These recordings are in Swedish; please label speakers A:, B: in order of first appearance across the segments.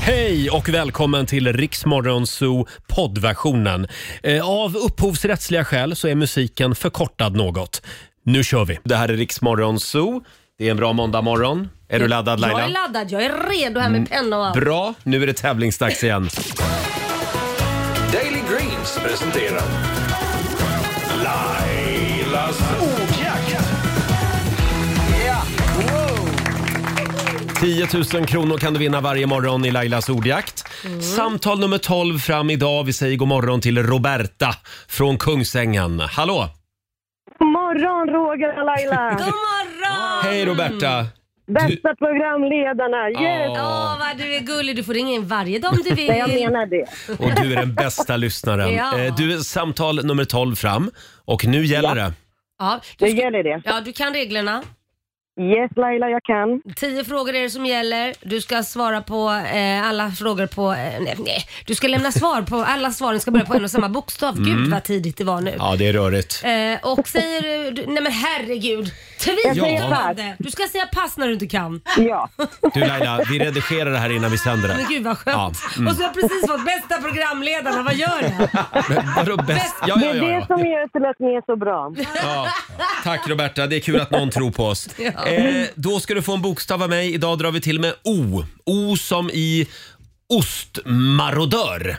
A: Hej och välkommen till Riksmorgon Zoo poddversionen. Eh, Av upphovsrättsliga skäl så är musiken förkortad något. Nu kör vi. Det här är Riksmorgon Zoo. Det är en bra måndagmorgon. Är du laddad Laila? Mm.
B: Jag är laddad, jag är redo här med penna och allt.
A: Bra, nu är det tävlingsdags igen.
C: Daily Greens presenterar Lailas ordjakt.
A: 10 000 kronor kan du vinna varje morgon i Lailas ordjakt.
B: Mm.
A: Samtal nummer 12 fram idag. Vi säger god morgon till Roberta från Kungsängen. Hallå!
D: God morgon Roger och Laila!
B: God morgon!
A: Hej Roberta!
D: Bästa programledarna! Yes!
B: Åh, vad du är gullig. Du får ringa in varje dag om du vill.
D: Nej, jag menar det.
A: Och du är den bästa lyssnaren.
B: Ja.
A: Eh, Du är samtal nummer 12 fram och nu gäller det.
B: ja,
D: Nu
B: du, ska,
D: gäller det.
B: ja, du kan reglerna.
D: Yes Laila, jag kan.
B: Tio frågor är det som gäller. Du ska svara på eh, alla frågor på... Eh, nej, nej, du ska lämna svar på... Alla svaren ska börja på en och samma bokstav. Gud vad tidigt det var nu.
A: Mm. Ja, det är rörigt.
B: Eh, och säger du- du... Nej men herregud.
D: Jag
A: säger
B: Tvivlande. Du ska säga pass när du inte kan.
D: Ja.
A: Du Laila, vi redigerar det här innan vi sänder det.
B: Men gud vad skönt.
A: Ja, mm.
B: Och så har jag precis fått bästa programledarna. Vad gör jag?
A: Men vadå bäst? Ja,
D: Det
A: ja,
D: är
A: ja,
D: det
A: ja.
D: som gör till att ni är så bra.
A: ja. Tack Roberta, det är kul att någon tror på oss.
B: Ja.
A: Eh, då ska du få en bokstav av mig. Idag drar vi till med O. O som i ostmarodör.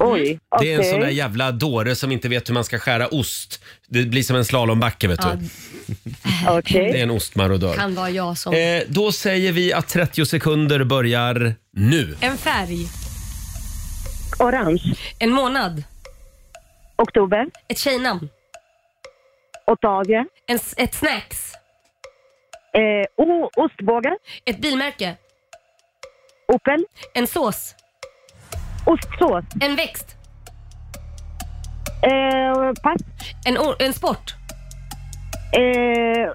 D: Oj,
A: Det är
D: okej.
A: en sån där jävla dåre som inte vet hur man ska skära ost. Det blir som en slalombacke vet
B: Ja,
A: du.
D: Okej.
A: Det är en ostmarodör.
B: kan vara jag som...
A: Eh, då säger vi att 30 sekunder börjar nu.
B: En färg.
D: Orange.
B: En månad.
D: Oktober.
B: Ett tjejnamn.
D: Ottavia.
B: En, s- ett snacks.
D: Eh, o- ostbågar.
B: Ett bilmärke.
D: Opel.
B: En sås.
D: Ostsås.
B: En växt.
D: Eh, pass.
B: En, or- en sport.
D: Eh,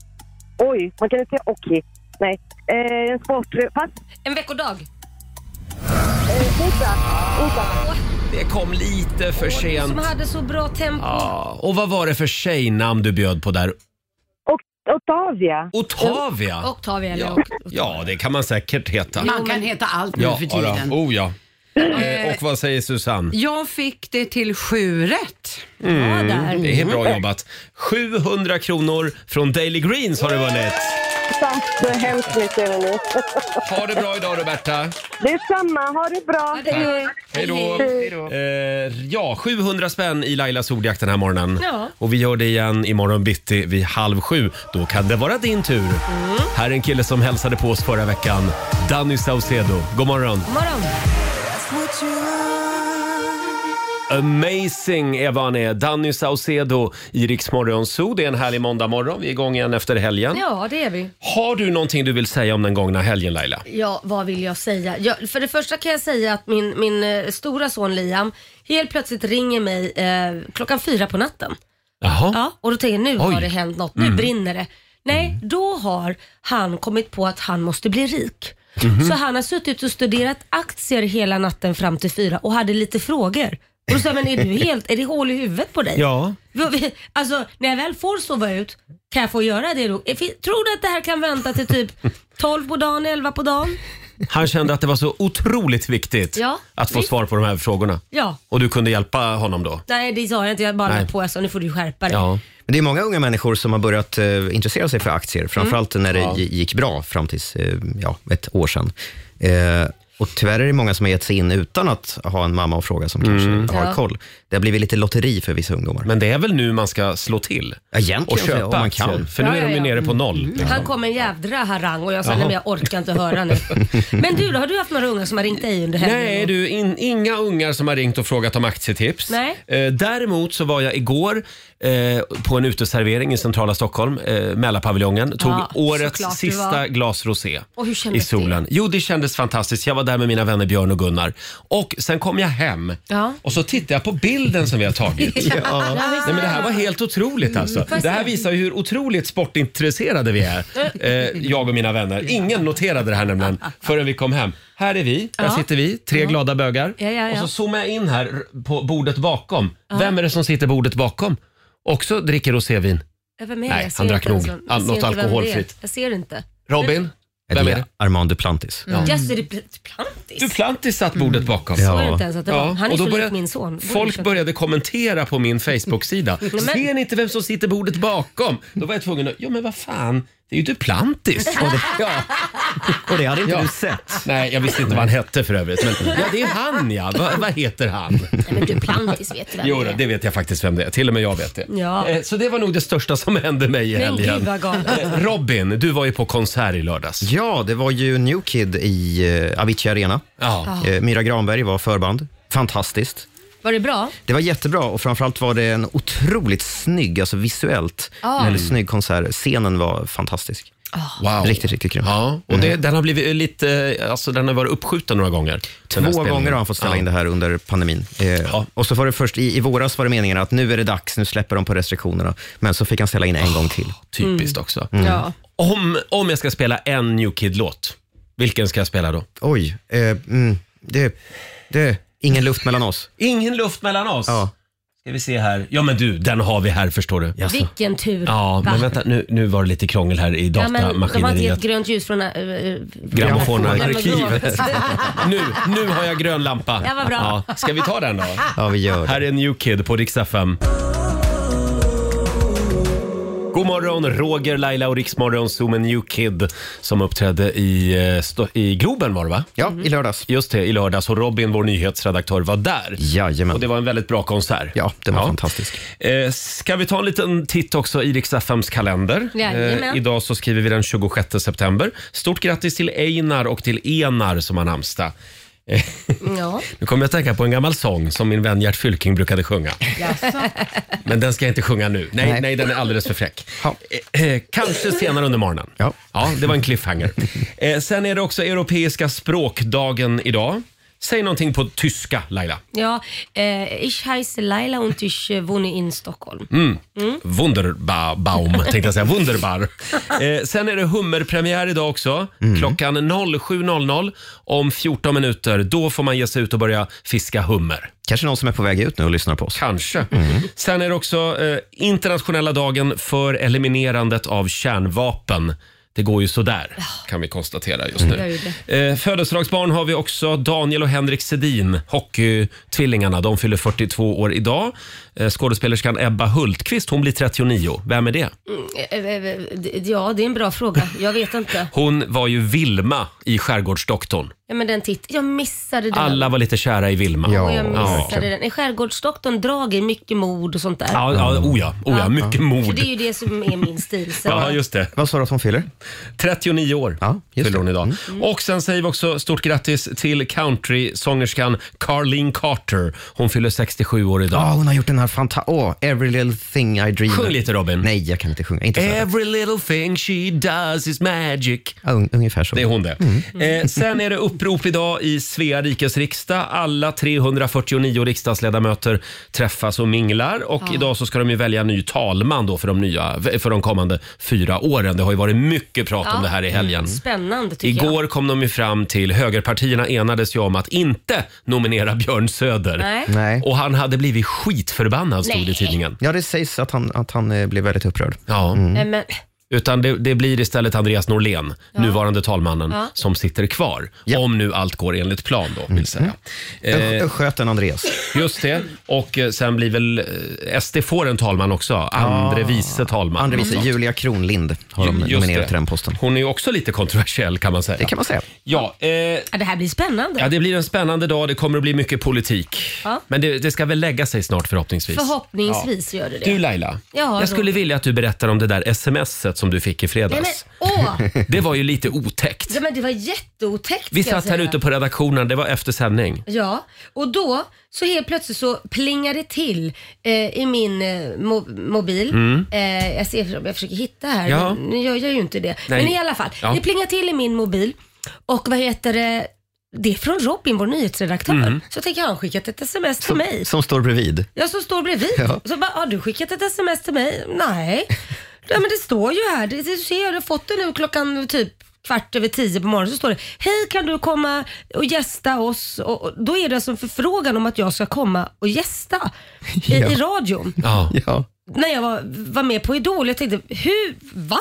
D: oj, man kan inte säga okej. Nej. Eh, en sport. Pass.
B: En veckodag.
D: Eh, Opera. Opera.
A: Det kom lite för sent.
B: Som hade så bra tempo.
A: Ja, och vad var det för tjejnamn du bjöd på där?
D: Och- Ottavia.
A: Otavia?
B: Octavia eller
A: Ja,
B: Oct-
A: ja det kan man säkert heta.
E: Man kan heta allt nu
A: Ja,
E: för
A: ja,
E: tiden.
A: då. oh, ja. Eh, Och vad säger Susanne?
E: Jag fick det till sju rätt.
A: Mm.
B: Ja, där.
A: Det är bra jobbat. 700 kronor från Daily Greens har du vunnit.
D: Tack så hemskt mycket. hörni.
A: Ha det bra idag Roberta.
D: Det är samma. Ha det bra.
B: det-
D: Hej.
A: Hej då. Eh, ja, 700 spänn i Lailas ordjakt den här morgonen.
B: Ja.
A: Och vi gör det igen imorgon bitti vid halv sju. Då kan det vara din tur.
B: Mm.
A: Här är en kille som hälsade på oss förra veckan. Danny Saucedo. God morgon.
B: God morgon.
A: Amazing är vad han är. Danny Saucedo i Rix Morgon Zoo. Det är en härlig måndagmorgon. Vi är igång igen efter helgen.
B: Ja, det är vi.
A: Har du någonting du vill säga om den gångna helgen Laila?
B: Ja, vad vill jag säga? Jag, för det första kan jag säga att min, min eh, stora son Liam helt plötsligt ringer mig eh, klockan fyra på natten.
A: Jaha.
B: Ja, och då tänker jag nu
A: Oj. Mm.
B: har det hänt något, nu brinner det. Nej, då har han kommit på att han måste bli rik.
A: Mhm.
B: Så han har suttit och studerat aktier hela natten fram till fyra och hade lite frågor. Och då sa jag, men är du helt, är det hål i huvudet på dig?
A: Ja.
B: Vi- Alltså när jag väl får sova ut, kan jag få göra det då? Fin- Tror du att det här kan vänta till typ 12 på dagen, 11 på dagen?
A: Han kände att det var så otroligt viktigt
B: Ja,
A: att få
B: visst.
A: svar på de här frågorna.
B: Ja.
A: Och du kunde hjälpa honom då?
B: Nej det sa jag inte, jag bara
A: Nej.
B: la på jag sa nu får du skärpa dig.
A: Ja.
F: Men det är många unga människor som har börjat eh, intressera sig för
A: Mm.
F: aktier, framförallt när det gi- gick bra fram tills eh, ja, ett år sedan. Eh, och tyvärr är det många som har gett sig in utan att ha en mamma och fråga som kanske har
B: Ja.
F: koll. Det har blivit lite lotteri för vissa ungdomar.
A: Mm. Men det är väl nu man ska slå till
F: Ja, Egentligen,
A: och köpa
F: om man
A: aktier?
F: kan.
A: För nu
B: Ja,
A: är de
B: ja,
A: ju
B: ja. Mm.
A: nere på noll.
B: Han kom med en jädra harang och jag sa nej men jag orkar inte höra nu. Men du då, har du haft några unga som har ringt dig under helgen?
A: Nej du, in, inga ungar som har ringt och frågat om aktietips.
B: Nej.
A: Eh, däremot så var jag igår eh, på en uteservering i centrala Stockholm, eh, Mälarpaviljongen. Tog
B: Ja,
A: årets
B: såklart du
A: sista
B: var.
A: glas rosé
B: Och hur
A: i
B: kändes
A: solen. Jo, det kändes fantastiskt. Jag var där med mina vänner Björn och Gunnar. Och sen kom jag hem
B: Ja.
A: och så tittade jag på bilden som vi har tagit.
B: Ja, visst.
A: Nej, men det här var helt otroligt
B: Mm,
A: alltså. Det här visar ju hur otroligt sportintresserade vi är. Eh, jag och mina vänner. Ingen noterade det här nämligen förrän vi kom hem. Här är vi, där
B: Ja.
A: sitter vi, tre glada bögar.
B: Ja, ja, ja.
A: Och så zoomar jag in här r- på bordet bakom. Vem är det som sitter bordet bakom? Också dricker rosévin.
B: Vem är det?
A: Nej,
B: Jag ser
A: han drack
B: inte
A: nog.
B: ens vem- jag
A: Ah,
B: ser
A: något
B: inte vem det är.
A: alkoholfritt.
B: Jag ser inte.
A: Robin?
F: Är
A: Vem
F: det
A: är det?
F: Armand Duplantis?
B: Mm. Jaså, är det pl- plant? Duplantis.
A: Duplantis satt bordet bakom.
B: Så är det inte ens att det var. Han är
A: och då
B: så
A: började-
B: lik min son. Borde
A: Folk
B: köpa.
A: började kommentera på min Facebook-sida.
B: men-
A: Ser ni inte vem som sitter bordet bakom? Då var jag tvungen att, ja men vad fan, det är ju Duplantis. Och det, ja,
F: Och det hade inte
A: Ja.
F: du sett.
A: nej, jag visste inte vad han hette för övrigt. Men, ja, det är han ja. Va, vad heter han?
B: Nej, men Duplantis vet du vem
A: Jo,
B: det
A: då,
B: är.
A: det vet jag faktiskt vem det är. Till och med jag vet det.
B: Ja.
A: Eh, Så det var nog det största som hände mig i
B: Men
A: helgen.
B: gud, vad galet.
A: Eh, Robin, du var ju på konsert i lördags.
F: Ja, det var ju New Kid i eh, Avicii Arena.
A: Ja.
F: Eh, Myra Granberg var förband. Fantastiskt.
B: Var det bra?
F: Det var jättebra och framförallt var det en otroligt snygg, alltså visuellt, väldigt snygg konsert. Scenen var fantastisk.
A: Wow.
F: Riktigt, riktigt grym. Mm.
A: Ja, och det, den har blivit lite, eh, alltså den har varit uppskjuten några gånger. den här
F: Två
A: spelningen.
F: gånger har han fått ställa
A: Ja.
F: in det här under pandemin. Eh,
A: Ja.
F: Och så var det först i, i våras var det meningen att nu är det dags, nu släpper de på restriktionerna. Men så fick han ställa in en gång till.
A: Typiskt
F: Mm.
A: också.
E: Ja.
A: Om, om jag ska spela en New Kid-låt, vilken ska jag spela då?
F: Oj, eh, mm, det, det, ingen luft mellan oss.
A: Ingen luft mellan oss.
F: Ja.
A: Ska vi se här. Ja men du, den har vi här förstår du.
F: Jaså.
B: Vilken tur.
A: Ja,
B: Va?
A: men vänta nu, nu var det lite krångel här i
B: Ja, men de har inte
A: datamaskineriet.
B: gett grönt ljus från äh, äh,
A: Grammofonarkivet.
B: grammofonarkivet.
A: nu, nu har jag grön lampa.
B: Ja, vad bra.
A: Ja, ska vi ta den då?
F: Ja, vi gör det.
A: Här är New Kid på Rix FM. God morgon, Roger, Laila och Riksmorgon, Zoom en New Kid som uppträdde i, eh, Sto- i Globen var det va?
F: Ja, i lördags.
A: Just det, i lördags och Robin, vår nyhetsredaktör, var där.
F: Jajamän.
A: Och det var en väldigt bra konsert.
F: Ja, den var fantastisk.
A: Eh, ska vi ta en liten titt också i Rix FMs kalender? Eh,
B: Jajamän.
A: idag så skriver vi den 26 september. Stort grattis till Einar och till Enar som har namnsdag.
B: Ja.
A: Nu kommer jag att tänka på en gammal sång som min vän Gert Fylking brukade sjunga. Men den ska jag inte sjunga nu. Nej, nej.
F: Nej.
A: den är alldeles för fräck.
F: Ja.
A: Eh, eh, kanske senare under morgonen.
F: Ja.
A: ja, det var en cliffhanger. Eh, sen är det också Europeiska språkdagen idag. Säg någonting på tyska, Laila.
B: Ja, eh, ich heiße Laila und ich äh, wohne in Stockholm.
A: Mm. Wunderbaum, tänkte jag säga. Wunderbar. Eh, sen är det hummerpremiär idag också.
F: Mm.
A: Klockan 07.00. Om 14 minuter, då får man ge sig ut och börja fiska hummer.
F: Kanske någon som är på väg ut nu och lyssnar på oss.
A: Kanske. Sen är det också eh, internationella dagen för eliminerandet av kärnvapen. Det går ju sådär, kan vi konstatera just
B: Mm. Det
A: nu.
B: gör ju
A: Eh, födelsedagsbarn har vi också Daniel och Henrik Sedin, hockeytvillingarna. De fyller 42 år idag. Eh, skådespelerskan Ebba Hultqvist, hon blir 39. Vem är det?
B: Eh, eh, eh, d- Ja, det är en bra fråga. Jag vet inte.
A: Hon var ju Vilma i Skärgårdsdoktorn.
B: Ja, men den titt jag missade den.
A: Alla var lite kära i Vilma.
F: Ja.
B: Och jag missade
A: Ja.
B: den. I Skärgårdsdoktorn drag är mycket mord och sånt där.
A: Ja, ja, oh ja, oh ja, mycket
B: För
A: mod.
B: det är ju det som är min stil. Så.
A: Ja, just det.
F: Vad sa du att hon fyller?
A: 39 år
F: Ja, just
A: fyller hon
F: det. Mm.
A: idag. Och sen säger vi också stort grattis till countrysångerskan Carleen Carter. Hon fyller 67 år idag.
F: Ja, hon har gjort den här fantastiska... Åh, Every little thing I dream.
A: Sjung lite, Robin.
F: Nej, jag kan inte sjunga. Inte så här.
A: Every little thing she does is magic.
F: Ja, un- ungefär så.
A: Det är hon det.
F: Mm.
A: Eh, sen är det upprop idag i Svea rikes riksdag. Alla 349 riksdagsledamöter träffas och minglar. Och idag så ska de ju välja ny talman då för de, nya, för de kommande fyra åren. Det har ju varit mycket prat om
B: Ja.
A: det här i helgen.
F: Mm.
B: Spännande tycker jag.
A: Igår kom de ju fram till, högerpartierna enades ju om att inte nominera Björn Söder.
B: Nej.
F: Nej.
A: Och han hade blivit skitförbannad stod det i
B: Nej.
A: tidningen.
F: Ja, det sägs att han, att han eh, blev väldigt upprörd.
A: Ja.
F: Mm.
B: Nej, men,
A: Utan det, det blir istället Andreas Norlén, nuvarande talmannen,
B: Ja.
A: som sitter kvar.
F: Ja. Mhm.
A: Om nu allt går enligt plan då, vill säga. Eh.
F: Ö- ö- sköt en Andreas.
A: Just det. Och eh, sen blir väl eh, SD får en talman också. Andre vice talman.
F: Andre vice,
A: Mm.
F: Julia Kronlind har de
A: Just
F: nominerat
A: det.
F: till den posten.
A: Hon är ju också lite kontroversiell kan man säga.
F: Det kan man säga.
A: Ja, eh,
B: ja, det här blir spännande.
A: Ja, det blir en spännande dag. Det kommer att bli mycket politik.
B: Ja.
A: Men det, det ska väl lägga sig snart förhoppningsvis.
B: Förhoppningsvis gör det det.
A: Du Laila,
B: Ja, Roger.
A: jag skulle vilja att du berättar om det där smset som du fick i
B: Nej,
A: fredags.
B: men, åh,
A: Det var ju lite otäckt.
B: ja, men det var jätteotäckt.
A: Vi
B: ska jag
A: satt här
B: säga.
A: ute på redaktionen, det var efter sändning.
B: Ja, och då så helt plötsligt så plingar det till eh, i min eh, mo mobil. Eh, jag ser om jag försöker hitta här.
A: Mm. Ja.
B: Nu gör jag ju inte det.
A: Nej.
B: Men i alla fall,
A: Ja.
B: det plingar till i min mobil och vad heter det? Det är från Robin, vår nyhetsredaktör.
A: Mm.
B: Så jag tänker jag, han har skickat ett sms till mig.
F: Som står bredvid.
B: Jag som står bredvid.
F: Ja.
B: Så bara, har du skickat ett sms till mig? Nej. Ja, men det står ju här. Det, du ser, jag har fått det nu klockan typ kvart över tio på morgonen. Så står det, hej kan du komma och gästa oss? Och, och, då är det alltså en förfrågan om att jag ska komma och gästa i,
F: Ja.
B: i radion.
A: Ja.
F: Ja.
B: När jag var, var med på Idol. Jag tänkte, hur, va?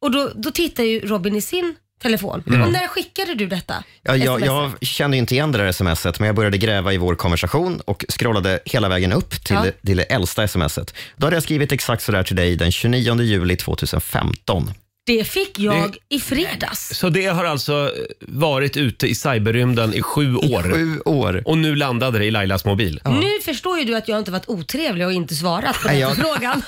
B: Och då, då tittar ju Robin i sin telefon. Och när skickade du detta?
F: Mm. Ja, jag,
B: SMS?
F: jag kände ju inte igen det där smset, men jag började gräva i vår konversation och scrollade hela vägen upp till,
B: Ja.
F: det, till det äldsta smset. Då hade jag skrivit exakt sådär till dig den 29 juli 2015.
B: Det fick jag i fredags.
A: Så det har alltså varit ute i cyberrymden i sju år.
F: Sju år.
A: Och nu landade det i Lailas mobil.
B: Nu förstår ju du att jag inte varit otrevlig och inte svarat på den
F: Nej,
B: här
F: jag-
B: frågan.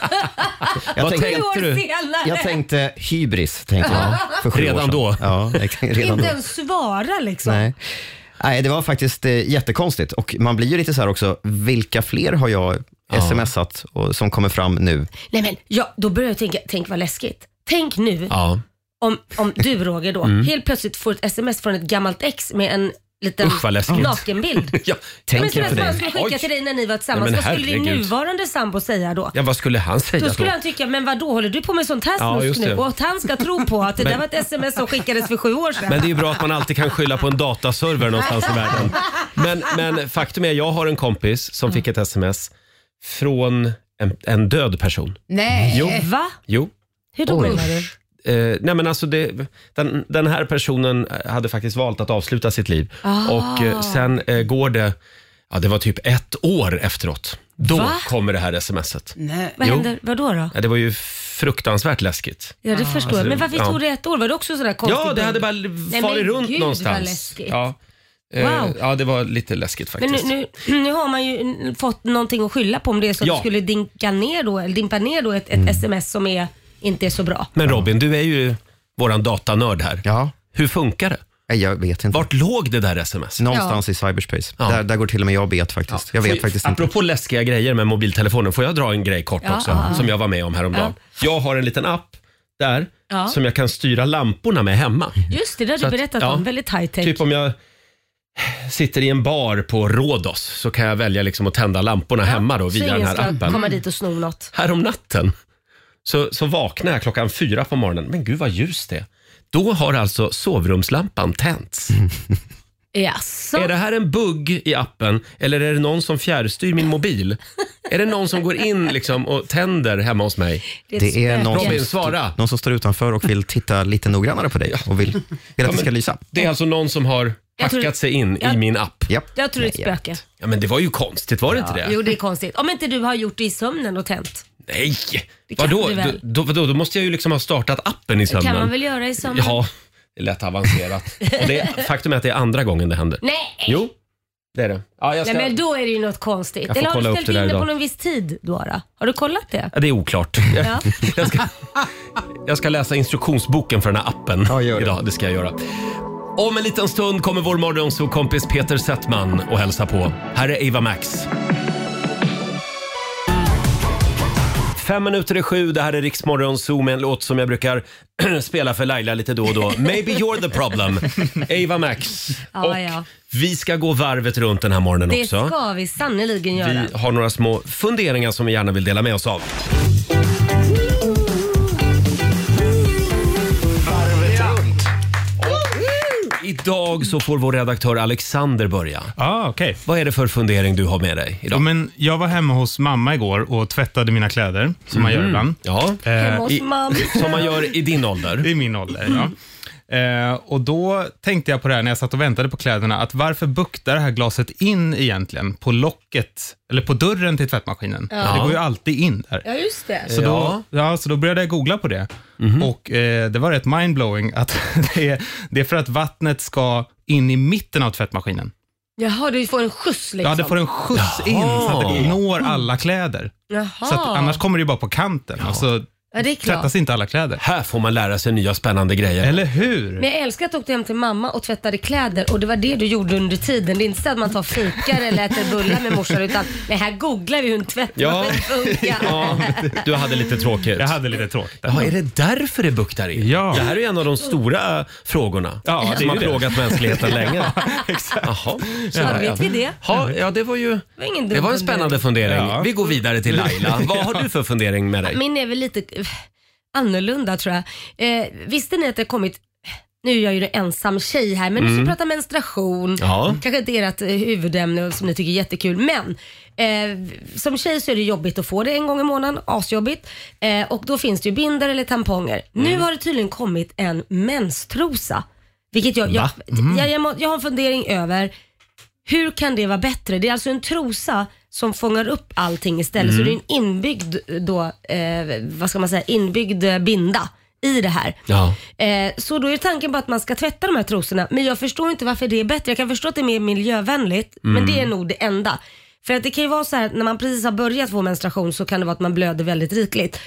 F: Jag
A: Vad
F: tänkte,
B: Sju år
A: du?
B: senare.
F: jag tänkte hybris, tänkte jag. För sju
A: Redan
F: år sedan.
A: då?
F: Ja, exakt, redan
B: inte
F: då.
B: ens svara liksom.
F: Nej. Nej, det var faktiskt eh, jättekonstigt. Och man blir ju lite så här också, vilka fler har jag smsat och, som kommer fram nu?
B: Nej men ja, då börjar jag tänka, tänk vad läskigt. Tänk nu
A: Ja. Mm.
B: om, om du Roger då helt plötsligt får ett sms från ett gammalt ex med en liten
A: Usch, vad läskigt.
B: nakenbild.
A: ja.
B: Men
F: Tänker
B: som
F: jag på
B: jag
F: dig.
B: skulle skicka
A: Oj.
B: till dig när ni var tillsammans.
A: Nej, men
B: vad skulle din
A: herregud.
B: nuvarande sambo säga då?
A: ja, vad skulle han säga
B: Då
A: då?
B: skulle han tycka, men vad då håller du på med sånt här
A: Ja, just
B: snusk nu?
A: det.
B: Och att han ska tro på att det där var ett sms som skickades för sju år sedan.
A: Men det är ju bra att man alltid kan skylla på en dataserver någonstans i världen. Men, men faktum är, jag har en kompis som fick ett sms från en, en död person.
E: Nej.
A: Jo.
B: Va?
A: Jo.
B: Hur då menar du?
A: Eh, nej men alltså det, den, den här personen hade faktiskt valt att avsluta sitt liv.
B: Ah.
A: Och eh, sen eh, går det, ja det var typ ett år efteråt. Då
B: Va?
A: kommer det här smset.
E: Nej.
B: Vad
A: Jo.
B: händer? Vad då? då?
A: Ja, det var ju fruktansvärt läskigt.
B: Ja, det förstår jag. Men varför
A: Ah, ja.
B: tog det ett år? Var det också sådär konstigt?
A: Ja, det hade bara
B: men
A: farit runt
B: gud, vad
A: någonstans.
B: läskigt.
A: Ja. Eh,
B: Wow.
A: ja, det var lite läskigt
B: Men
A: faktiskt.
B: nu, nu, nu har man ju n- fått någonting att skylla på om det är så att
A: Ja. Mm.
B: du skulle dinka ner då, eller dimpa ner då ett, ett sms som är, inte är så bra.
A: Men Robin, du är ju våran datanörd här.
F: Ja,
A: Hur funkar det?
F: Nej, jag vet inte.
A: Vart låg det där sms?
F: Någonstans i cyberspace. Där, där går till och med jag bet faktiskt. Jag vet
A: Får-
F: faktiskt inte.
A: Apropå läskiga grejer med mobiltelefonen, får jag dra en grej kort
B: Ja,
A: också?
B: ja, ja.
A: Som jag var med om häromdagen. Jag har en liten app där
B: Ja.
A: som jag kan styra lamporna med hemma.
F: Mhm.
B: Just det, det har
A: Så
B: du
A: att-
B: berättat
A: ja.
B: om. Väldigt high tech.
A: Typ om jag sitter i en bar på Rhodos så kan jag välja liksom att tända lamporna hemma då via
B: så
A: den
B: ingen
A: här
B: ska
A: appen.
B: komma dit och sno något.
A: Här om natten så, så vaknar jag klockan fyra på morgonen. Men gud vad ljust det är. Då har alltså sovrumslampan tänts.
B: Jaså?
A: Är det här en bugg i appen eller är det någon som fjärrstyr min mobil? är det någon som går in liksom och tänder hemma hos mig?
B: ett
F: Det är
B: spöke.
F: någon
A: Robin,
F: som,
A: svara.
F: någon som står utanför och vill titta lite noggrannare på dig och vill, vill att det ska lysa.
A: Det är alltså någon som har
B: Jag tror-
A: hackat sig in i
B: jag-
A: min app.
F: Japp.
B: Jag tror det är ett spöke.
A: Ja, men det var ju konstigt, var det inte det?
B: Jo, det är konstigt. Om inte du har gjort det i sömnen och tänt.
A: Nej!
B: kan
A: Vadå?
B: du
A: Då,
B: väl?
A: då, vadå? Då måste jag ju liksom ha startat appen i
B: Det
A: sömnen.
B: kan man väl göra i sömnen?
A: Ja, det lät avancerat. Och det, faktum är att det är andra gången det händer.
B: Nej!
A: Jo, det är det. Ja, jag ska...
B: Nej, men då är det ju något konstigt.
A: Jag får
B: Eller har
A: kolla
B: du
A: upp
B: ställt
A: det
B: in
A: där
B: det på
A: idag.
B: någon viss tid då? då? Har du kollat det?
A: Ja, Det är oklart.
B: Ja.
A: Jag ska, jag ska läsa instruktionsboken för den här appen
F: Ja, gör det.
A: idag. Det ska jag göra. Om en liten stund kommer vår morgonsåkompis Peter Settman och hälsa på. Här är Eva Max. Fem minuter i sju, det här är Riksmorgon Zoo med en låt som jag brukar spela för Laila lite då och då. Maybe you're the problem, Ava Max.
B: Ja,
A: och
B: ja.
A: vi ska gå varvet runt den här morgonen
B: Det
A: också.
B: ska vi sannerligen göra.
A: Vi har några små funderingar som vi gärna vill dela med oss av. Idag så får vår redaktör Alexander börja.
G: Ah, okej.
A: Vad är det för fundering du har med dig
G: Ja,
A: idag?
G: men jag var hemma hos mamma igår och tvättade mina kläder, som man gör ibland.
A: Ja,
B: Hemma hos
A: i-
B: mamma.
A: som man gör i din ålder.
G: Det är min ålder, ja. Eh, och då tänkte jag på det här när jag satt och väntade på kläderna, att varför buktar det här glaset in egentligen på locket, eller på dörren till tvättmaskinen? Det går ju alltid in där.
B: Ja, just det.
G: Så
A: Ja.
G: då, ja, så då började jag googla på det. Och eh, det var rätt mindblowing att det är, det är för att vattnet ska in i mitten av tvättmaskinen.
B: Jaha, du får en skjuts liksom.
G: Ja, det får en skjuts in så att det når alla kläder.
B: Jaha.
G: Så att, annars kommer det ju bara på kanten och så
B: Ah. Ja, det är klart.
G: tvättas inte alla kläder.
A: Här får man lära sig nya spännande grejer.
G: Eller hur?
B: Men jag älskar att du åkte hem till mamma och tvättade kläder och det var det du gjorde under tiden. Det är inte så att man tar fikar eller äter bullar med morsan utan nej, här googlar vi hur en tvättmaskin
A: Ja.
B: funkar.
A: Ja, du hade lite tråkigt.
G: Jag hade lite tråkigt. där.
A: Ja, är det därför det buktar in?
G: Ja.
A: Det här är ju en av de stora frågorna
G: Ja, det
A: som
G: är
A: har
G: ju det.
A: frågat mänskligheten länge. Exakt. Jaha.
B: Så vet vi det.
A: Ja, ja, det var ju
B: var ingen dum
A: det var en
B: fundering.
A: spännande fundering.
G: Ja.
A: Vi går vidare till Laila. Vad har du för fundering med dig?
B: Min är väl lite eh, annorlunda tror jag. Eh, visste ni att det har kommit nu är jag ju en ensam tjej här, men nu ska vi prata menstruation.
A: Mm. Ja.
B: Kanske inte ert eh, huvudämne som ni tycker är jättekul, men eh, som tjej så är det jobbigt att få det en gång i månaden, asjobbigt. Eh, och då finns det ju binder eller tamponger.
A: Mm.
B: Nu har det tydligen kommit en menstrosa, vilket jag, jag,
A: Va? Mm.
B: jag, jag, må, jag har en fundering över. Hur kan det vara bättre? Det är alltså en trosa som fångar upp allting istället. Så det är en inbyggd, då, eh, vad ska man säga, inbyggd eh, binda i det här.
A: Ja.
B: Eh, så då är tanken bara att man ska tvätta de här trosorna. Men jag förstår inte varför det är bättre. Jag kan förstå att det är mer miljövänligt,
A: Mm.
B: men det är nog det enda. För att det kan ju vara så här att när man precis har börjat få menstruation så kan det vara att man blöder väldigt rikligt.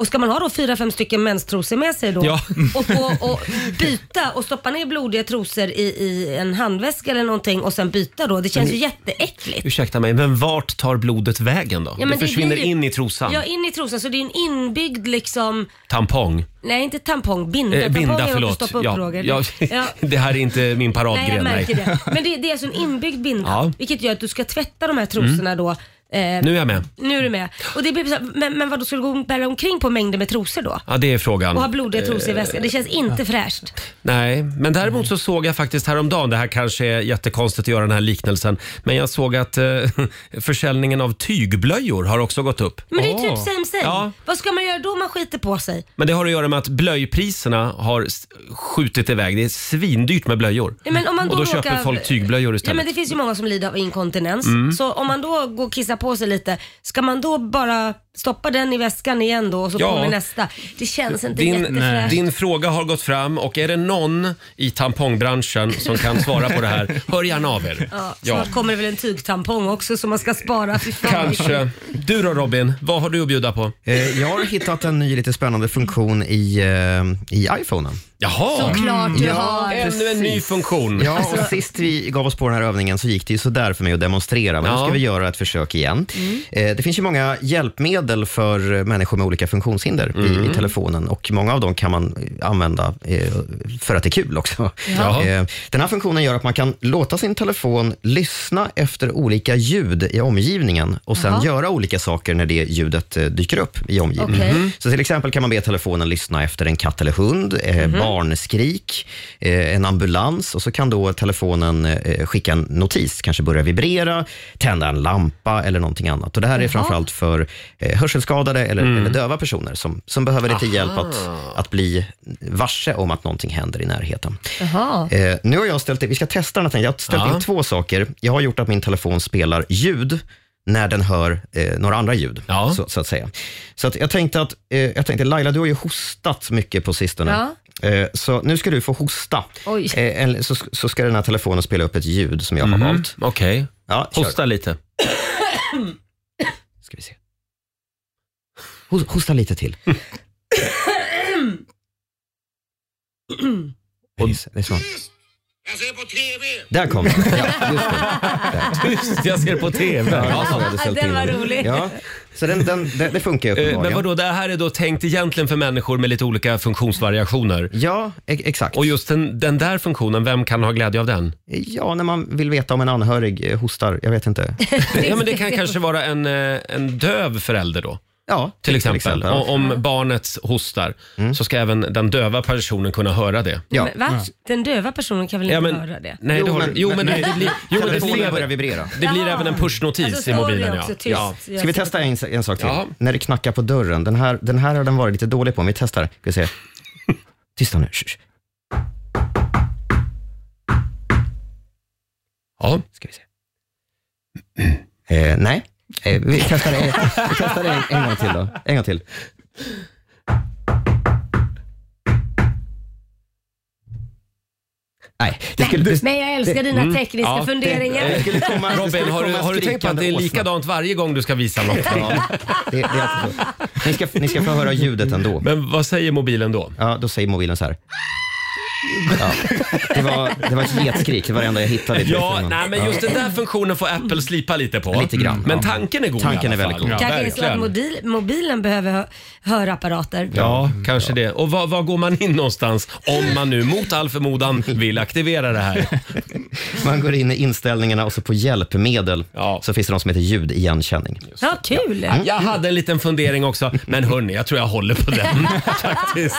B: Och ska man ha då fyra, fem stycken menstrosor med sig då
A: Ja.
B: och, gå och byta och stoppa ner blodiga trosor i, i en handväska eller någonting och sen byta då. Det känns ju jätteäckligt.
A: Ursäkta mig, men vart tar blodet vägen då?
B: Ja, men
A: det
B: det är
A: försvinner
B: det-
A: in i trosan.
B: Ja, in i trosan så det är en inbyggd liksom,
A: Tampong.
B: nej inte tampong, binda.
A: Eh,
B: Tampong är
A: binda,
B: ju att
A: förlåt.
B: stoppa upp
A: Ja,
B: Roger.
A: ja,
B: Ja.
A: det här är inte min
B: Nej, jag
A: paradgren.
B: märker det. Men det, det är alltså en inbyggd binda,
A: Ja. Mm.
B: vilket gör att du ska tvätta de här trosorna då. Eh,
A: Nu är jag med.
B: nu är du med. Och det blir så här, men, men vadå, ska du gå och bära omkring på mängder med trosor då?
A: Ja, det är frågan.
B: Och ha blodiga trosor i väskan? Det känns
A: Eh,
B: inte fräscht.
A: Nej, men däremot så såg jag faktiskt häromdagen, det här kanske är jättekonstigt att göra den här liknelsen, men jag såg att eh, försäljningen av tygblöjor har också gått upp.
B: Men det är
G: Åh.
B: typ same same.
A: Ja.
B: Vad ska man göra då om man skiter på sig?
A: Men det har att göra med att blöjpriserna har s- skjutit iväg. Det är svindyrt med blöjor.
B: Ja, Men om man då
A: Och då
B: råkar-
A: köper folk tygblöjor
B: Ja, men
A: istället. Mm.
B: det finns ju många som lider av inkontinens. Så om man då går och kissar på sig lite, ska man då bara stoppa den i väskan igen då och så
A: Ja.
B: kommer nästa? Det känns inte
A: Din,
B: jättefräscht.
A: din fråga har gått fram och är det någon i tampongbranschen som kan svara på det här, hör gärna av er.
B: Ja, snart kommer det väl en tygtampong också som man ska spara. Fy fan, vilken-
A: Kanske. Du då Robin, vad har du att bjuda på?
F: Eh, Jag har hittat en ny lite spännande funktion i, eh, i iPhonen.
A: Jaha, Mm.
B: Såklart du
F: Ja.
B: har.
A: ännu en ny funktion.
F: Ja, och
A: Alltså-
F: sist vi gav oss på den här övningen så gick det ju sådär för mig att demonstrera, men
A: Ja. Mm.
F: nu ska vi göra ett försök igen. Eh, Det finns ju många hjälpmedel för eh, människor med olika funktionshinder i,
A: Mm.
F: i telefonen och många av dem kan man eh, använda eh, för att det är kul också.
A: Ja.
F: Eh, Den här funktionen gör att man kan låta sin telefon lyssna efter olika ljud i omgivningen och sen
B: Jaha.
F: göra olika saker när det ljudet eh, dyker upp i omgivningen.
B: Okej.
F: Mm-hmm. Så till exempel kan man be telefonen lyssna efter en katt eller hund, eh, barnskrik, eh, en ambulans och så kan då telefonen eh, skicka en notis, kanske börja vibrera, tända en lampa eller någonting annat. Och det här är framförallt för eh, hörselskadade eller, eller döva personer som, som behöver lite hjälp att, att bli varse om att någonting händer i närheten.
B: Jaha.
F: Eh, nu har jag ställt in, vi ska testa den här tänkte jag. Jag har ställt
A: Ja.
F: in två saker. Jag har gjort att min telefon spelar ljud när den hör eh, några andra ljud,
A: Ja.
F: så, så att säga. Så att jag tänkte att, eh, jag tänkte Laila, du har ju hostat mycket på sistone. Eh, så nu ska du få hosta.
B: Oj.
F: Eh, en, så, så ska den här telefonen spela upp ett ljud som jag har valt.
A: Mm. Okej,
F: Ja, kör.
A: Mhm. hosta lite.
F: Ska vi se. Hos- Hosta lite till. Det är, det är snart. Där kom den. Ja, just det.
A: Tyst, jag ser på TV.
F: Ja, så hade jag ställt
B: den
F: in
B: var
F: den.
B: rolig.
F: Ja, så den, den, den, det funkar ju
A: Eh, Men
F: uppenbarligen.
A: vadå, det här är då tänkt egentligen för människor med lite olika funktionsvariationer.
F: Ja, e- exakt.
A: Och just den, den där funktionen, vem kan ha glädje av den?
F: Ja, när man vill veta om en anhörig eh, hostar. Jag vet inte.
A: Ja, men det kan kanske vara en, eh, en döv förälder då.
F: Ja,
A: Till exempel, Mm.
F: ja.
A: O- om barnet hostar så ska även den döva personen kunna höra det.
F: Ja.
B: Men, va? Den döva personen kan väl inte
A: Ja, men,
B: höra det?
A: Nej,
F: Jo,
A: det håller-
F: men-
A: jo, men
F: men-
A: nej, det blir, jo, men det blir,
F: Telefonen börjar
A: även,
F: vibrera.
A: det blir
B: Jaha.
A: även en pushnotis
B: Alltså,
A: i
B: så har vi
A: mobilen.
B: också
A: Ja.
B: tyst.
A: Ja.
F: Ska vi testa en, en sak till?
A: Ja.
F: När det knackar på dörren. Den här, den här har den varit lite dålig på, men vi testar. Ska vi se. Tysta nu. Shh, shh.
A: Ja.
F: Ska vi se. Eh, nej, eh, vi testar det, vi testar det en, en gång till då. En gång till. Nej, det skulle... Det,
B: Men jag älskar dina tekniska
A: Ja, det-
B: funderingar.
F: det skulle komma, det skulle
A: Robin, har du,
F: komma
A: har du tänkt på att det är
F: skrikande
A: likadant varje gång du ska visa något?
F: Ja, det, det är alltid så. Ni ska, ni ska få höra ljudet ändå.
A: Men vad säger mobilen då?
F: Ja, då säger mobilen så här. Ja, det, var, det var ett getskrik, det var det enda jag hittade. i
A: Ja,
F: telefonen.
A: nej, men just den där funktionen får Apple slipa lite på.
F: Lite grann,
A: Men
F: ja.
A: tanken är god
F: Tanken
A: i alla
F: är väldigt
A: fall.
F: god.
B: Kanske är det så att
A: verkligen.
B: mobil, mobilen behöver hö- hörapparater.
A: Ja, kanske det. Och var, var går man in någonstans om man nu mot all förmodan vill aktivera det här?
F: Man går in i inställningarna och så på hjälpmedel
A: Ja.
F: så finns det något som heter ljudigenkänning.
B: Ja, kul.
A: Jag hade en liten fundering också, men hörni, jag tror jag håller på den faktiskt.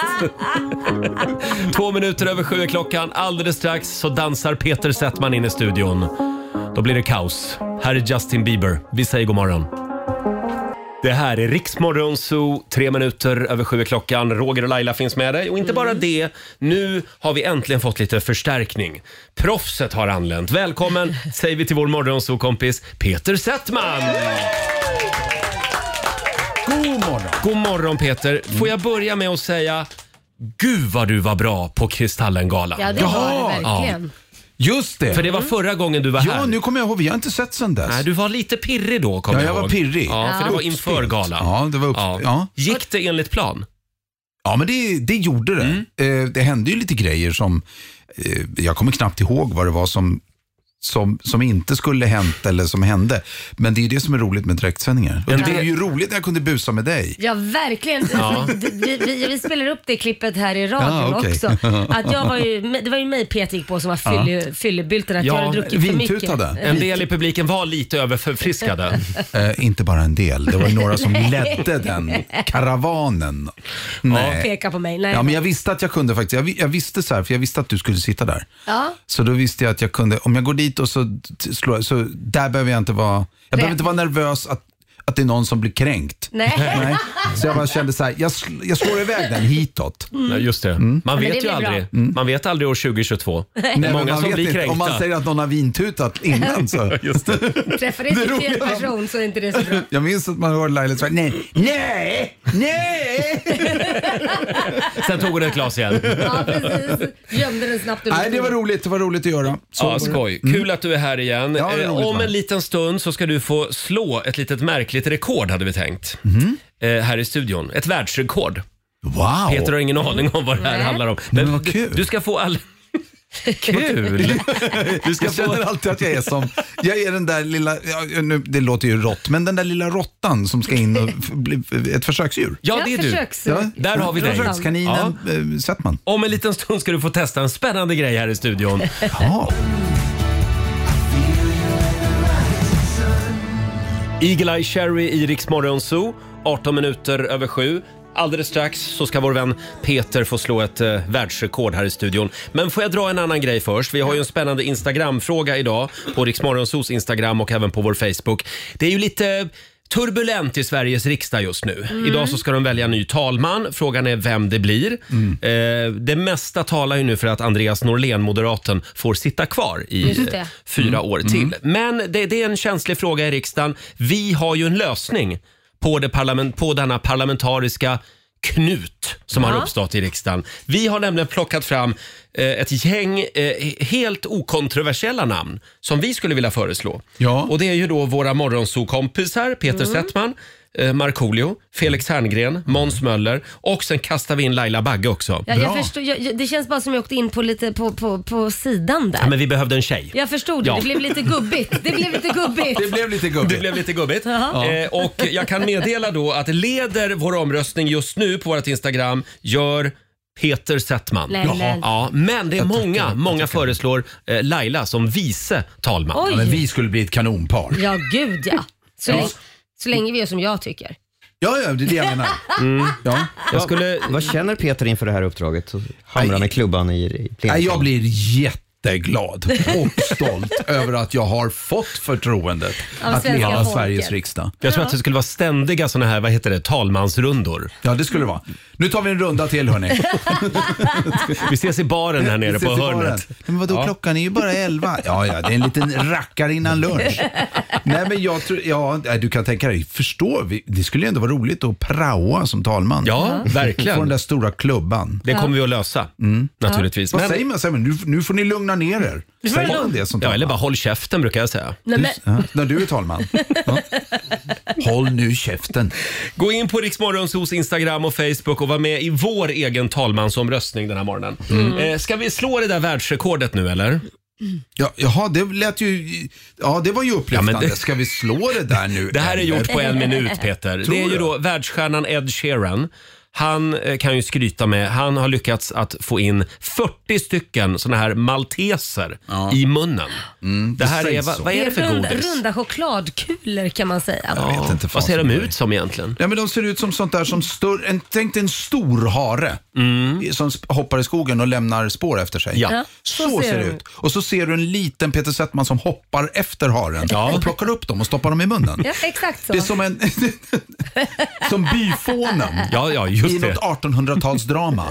A: Två minuter över sju är klockan. Alldeles strax så dansar Peter Settman in i studion. Då blir det kaos. Här är Justin Bieber. Vi säger god morgon. Det här är Riksmorgon Zoo, tre minuter över sju är klockan. Roger och Laila finns med dig. Och inte
B: Mm.
A: bara det, nu har vi äntligen fått lite förstärkning. Proffset har anlänt. Välkommen säger vi till vår morgonzoo-kompis Peter Settman! God morgon! God morgon Peter!
H: Mm.
A: Får jag börja med att säga Gud vad du var bra på Kristallengalan.
B: Ja, det Mm. var det verkligen.
H: Just det.
A: För det var förra gången du var
H: Ja,
A: här.
H: nu kommer jag ihåg. Vi har inte sett sen dess.
A: Nej, du var lite pirrig då kommer
H: Ja,
A: jag
H: jag var
A: ihåg.
H: pirrig.
A: Ja, för det var inför
H: Uppspelt.
A: galan.
H: Ja, det var upp...
A: Ja.
H: ja. Ja.
A: Gick det enligt plan?
H: men det, det gjorde
A: Mm.
H: det. Eh, det hände ju lite grejer som, eh, jag kommer knappt ihåg vad det var som, som, som inte skulle hänt eller som hände. Men det är ju det som är roligt med direktsändningar. Och det är ju roligt när jag kunde busa med dig.
B: Ja, verkligen. Vi, vi, vi, vi spelar upp det klippet här i radion
H: Ja, okej.
B: också. Att jag var ju, det var ju mig Peter gick på som var fylle, fyllebylten, att
A: Ja,
B: jag hade druckit för mycket.
H: vintutade.
A: En del i publiken var lite överförfriskade.
H: Eh, inte bara en del, det var ju några som ledde den karavanen. Nej.
B: Peka på mig. Nej.
H: Ja, men jag visste att jag kunde faktiskt. Jag, vi- jag visste så här, för jag visste att du skulle sitta där.
B: Ja.
H: Så då visste jag att jag kunde, om jag går dit och så t- slår jag- så där behöver jag inte vara, jag behöver inte vara nervös att, att det är någon som blir kränkt.
B: Nej.
H: Nej. Så jag bara kände så här, jag, sl, jag slår iväg den hitåt.
A: Nej, just det.
H: Mm.
A: Man
B: det
A: vet ju
B: blir bra.
A: aldrig. Man vet aldrig år 2022. Det
H: Nej,
A: är
H: men
A: många
H: man
A: som
H: vet
A: blir
H: inte.
A: kränkta.
H: Om man säger att någon har vintutat innan så.
A: Just det.
B: Träffar inte
H: Det
B: fel
H: roliga-
B: person så är inte det så bra.
H: Jag minns att man hörde Laila säga nej, nej, nej.
A: Sen tog hon ett glas igen.
B: Ja, precis. Gömde den snabbt under
H: nej, det var roligt, det var roligt att göra. Så var
A: Ja,
H: det.
A: skoj. Kul att du är här igen.
H: Mm. Ja, det är
A: Eh,
H: roligt,
A: Om
H: va?
A: en liten stund så ska du få slå ett litet märkligt rekord hade vi tänkt.
H: Mhm.
A: Eh, Här i studion. Ett världsrekord.
H: Wow.
A: Peter har ingen aning om vad det här
B: Nej.
A: handlar om.
H: Men vad
A: du,
H: kul.
A: du ska få all... Kul! Du ska
H: Jag känner
A: få...
H: alltid att jag är som, jag är den där lilla, ja, nu, det låter ju rått, men den där lilla råttan som ska in och f- bli ett försöksdjur.
A: Ja, det är du.
H: Ja,
A: Där har vi dig.
H: Försökskaninen eh, ja. sett man.
A: Om en liten stund ska du få testa en spännande grej här i studion.
H: Ja.
A: Eagle-Eye Cherry i Rix Morgon Zoo, 18 minuter över sju. Alldeles strax så ska vår vän Peter få slå ett eh, världsrekord här i studion. Men får jag dra en annan grej först? Vi har ju en spännande Instagram-fråga idag på Rix Morgon Zoos Instagram och även på vår Facebook. Det är ju lite turbulent i Sveriges riksdag just nu.
B: Mm.
A: Idag så ska de välja ny talman. Frågan är vem det blir.
B: Mm.
A: Eh, det mesta talar ju nu för att Andreas Norlén, moderaten, får sitta kvar i
B: Just det.
A: eh, fyra år till. Men det, det är en känslig fråga i riksdagen. Vi har ju en lösning på, det parlament, på denna parlamentariska knut som har uppstått i riksdagen. Vi har nämligen plockat fram eh, ett gäng eh, helt okontroversiella namn som vi skulle vilja föreslå.
H: Ja.
A: Och det är ju då våra morgonsokompisar Peter Settman, eh, Markoolio, Felix Herngren, Måns Möller och sen kastar vi in Laila Bagge också.
B: Ja, jag
H: Bra.
B: förstår, jag, jag- det känns bara som jag åkte in på lite på, på, på sidan där.
A: Ja, men vi behövde en tjej.
B: Jag förstod det.
A: Ja.
B: Det blev lite gubbigt. Det blev lite
H: Det
B: gubbigt.
H: blev lite
A: Det
H: gubbigt.
A: blev lite gubbigt. Eh, och jag kan meddela då att leder vår omröstning just nu på vårt Instagram gör Peter Settman.
B: Nej, Jaha. nej.
A: Ja, men det är många, många föreslår eh, Laila som vice talman.
H: Ja, men
B: Oj!
H: vi skulle bli ett kanonpar.
B: Ja, gud ja. Så, Länge, så länge vi gör som jag tycker.
H: Ja, ja, det är det jag menar.
A: Mm.
H: Ja.
A: Jag skulle...
F: Vad känner Peter inför det här uppdraget? Så Hamrar med klubban i, i plenum.
H: Nej, jag blir jätteglad och stolt över att jag har fått förtroendet
B: Av
H: att
B: svenska
H: leda
B: folket.
H: Sveriges riksdag.
A: Jag tror att det skulle vara ständiga såna här, vad heter det, talmansrundor.
H: Ja, det skulle det vara. Nu tar vi en runda till hörni.
A: Vi ses i baren här nere
H: Vi ses
A: på
H: i baren.
A: hörnet.
H: Men vadå, klockan är ju bara elva. Ja, ja, det är en liten rackare innan lunch. Nej, men jag tror, ja, nej, du kan tänka dig, förstår vi, det skulle ju ändå vara roligt att praoa som talman.
A: Ja,
H: Få den
A: verkligen.
H: där stora klubban.
A: Det kommer vi att lösa, naturligtvis.
H: Mm.
A: Men-
H: Vad säger man? Säger man nu, nu får ni lugna ner er. Säger man det som
A: Ja,
H: talman?
A: eller bara håll käften brukar jag säga.
B: Nej, men,
H: Ja, när du är talman. Ja. Håll nu käften.
A: Gå in på Riksmorgonsos Instagram och Facebook och var med i vår egen talmansomröstning den här morgonen.
H: Mm.
A: Eh, ska vi slå det där världsrekordet nu eller?
H: Ja, jaha, det lät ju... Ja, det var ju upplyftande.
A: Ja, men det-
H: Ska vi slå det där nu?
A: Det här är
H: eller?
A: gjort på en minut Peter. Det är ju
H: du?
A: då världsstjärnan Ed Sheeran. han eh, kan ju skryta med, han har lyckats att få in 40 stycken såna här malteser i munnen.
H: Mm.
A: det här är,
H: sägs
A: vad,
H: så.
A: vad är det för
B: runda,
A: godis?
B: runda chokladkulor kan man säga.
A: Ja,
H: vet inte
A: vad
H: fasen
A: ser de
H: vad det är.
A: ut som egentligen?
H: Ja, men de ser ut som sånt där som stör, en, tänk dig en stor hare som sp- hoppar i skogen och lämnar spår efter sig.
A: Mm. Ja. Ja,
H: så, ser det ut. Och så ser du en liten Peter Settman som hoppar efter haren och plockar upp dem och stoppar dem i munnen.
B: Ja, exakt så.
H: Det är som en... som byfånen.
A: Ja, ja, just
H: I
A: det.
H: något 1800-talsdrama.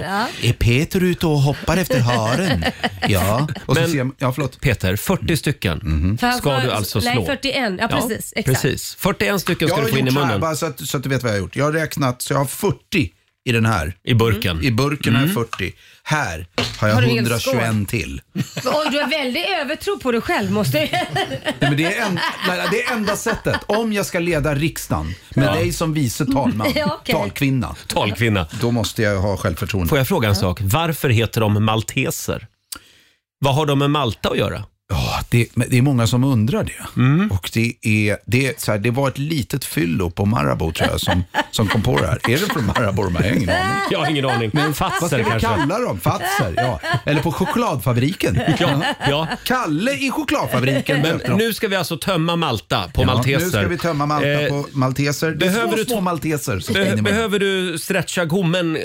H: Är Peter ute och hoppar efter haren? Ja. Och så
A: Men-
H: ser man, ja, förlåt.
A: Peter, 40 stycken
H: Mm. Mm-hmm.
B: För han
A: ska
B: får-
A: du alltså slå.
B: Nej, 41. Ja, precis.
A: Ja,
B: exakt.
A: precis. 41 stycken
H: Jag
A: ska
H: har
A: du få in i
H: gjort så här,
A: munnen,
H: bara så att, så att du vet vad jag har gjort. Jag har räknat, så jag har 40 i den här.
A: i burken.
H: I burken har jag 40. Här har jag
B: Har du en hel
H: 121 till.
B: Oj, du har väldigt övertro på dig själv måste jag
H: Nej, men det, är en, nej, det är enda sättet. Om jag ska leda riksdagen med dig som vice talman,
B: Ja, okej.
H: talkvinna,
A: Talkvinna.
H: då måste jag ha självförtroende.
A: Får jag fråga en sak? Varför heter de malteser? Vad har de med Malta att göra?
H: Ja, det, men det är många som undrar det. Och det, är, det, är, så här, det var ett litet fyllo på Marabou tror jag som, som kom på det här. Är det från Marabou de här? Jag har ingen aning.
A: Jag har ingen aning. Men
H: Vad ska
A: fatser
H: vi
A: kanske?
H: kalla dem? Fatser? Ja. Eller på chokladfabriken?
A: Ja, ja.
H: Kalle i chokladfabriken.
A: Men
H: döpte de.
A: nu ska vi alltså tömma Malta på
H: Ja,
A: malteser.
H: Nu ska vi tömma Malta
A: Eh,
H: på malteser. Det
A: behöver
H: är små,
A: du-
H: små malteser som ska in
A: Be-
H: i munnen.
A: behöver du stretcha gommen eh,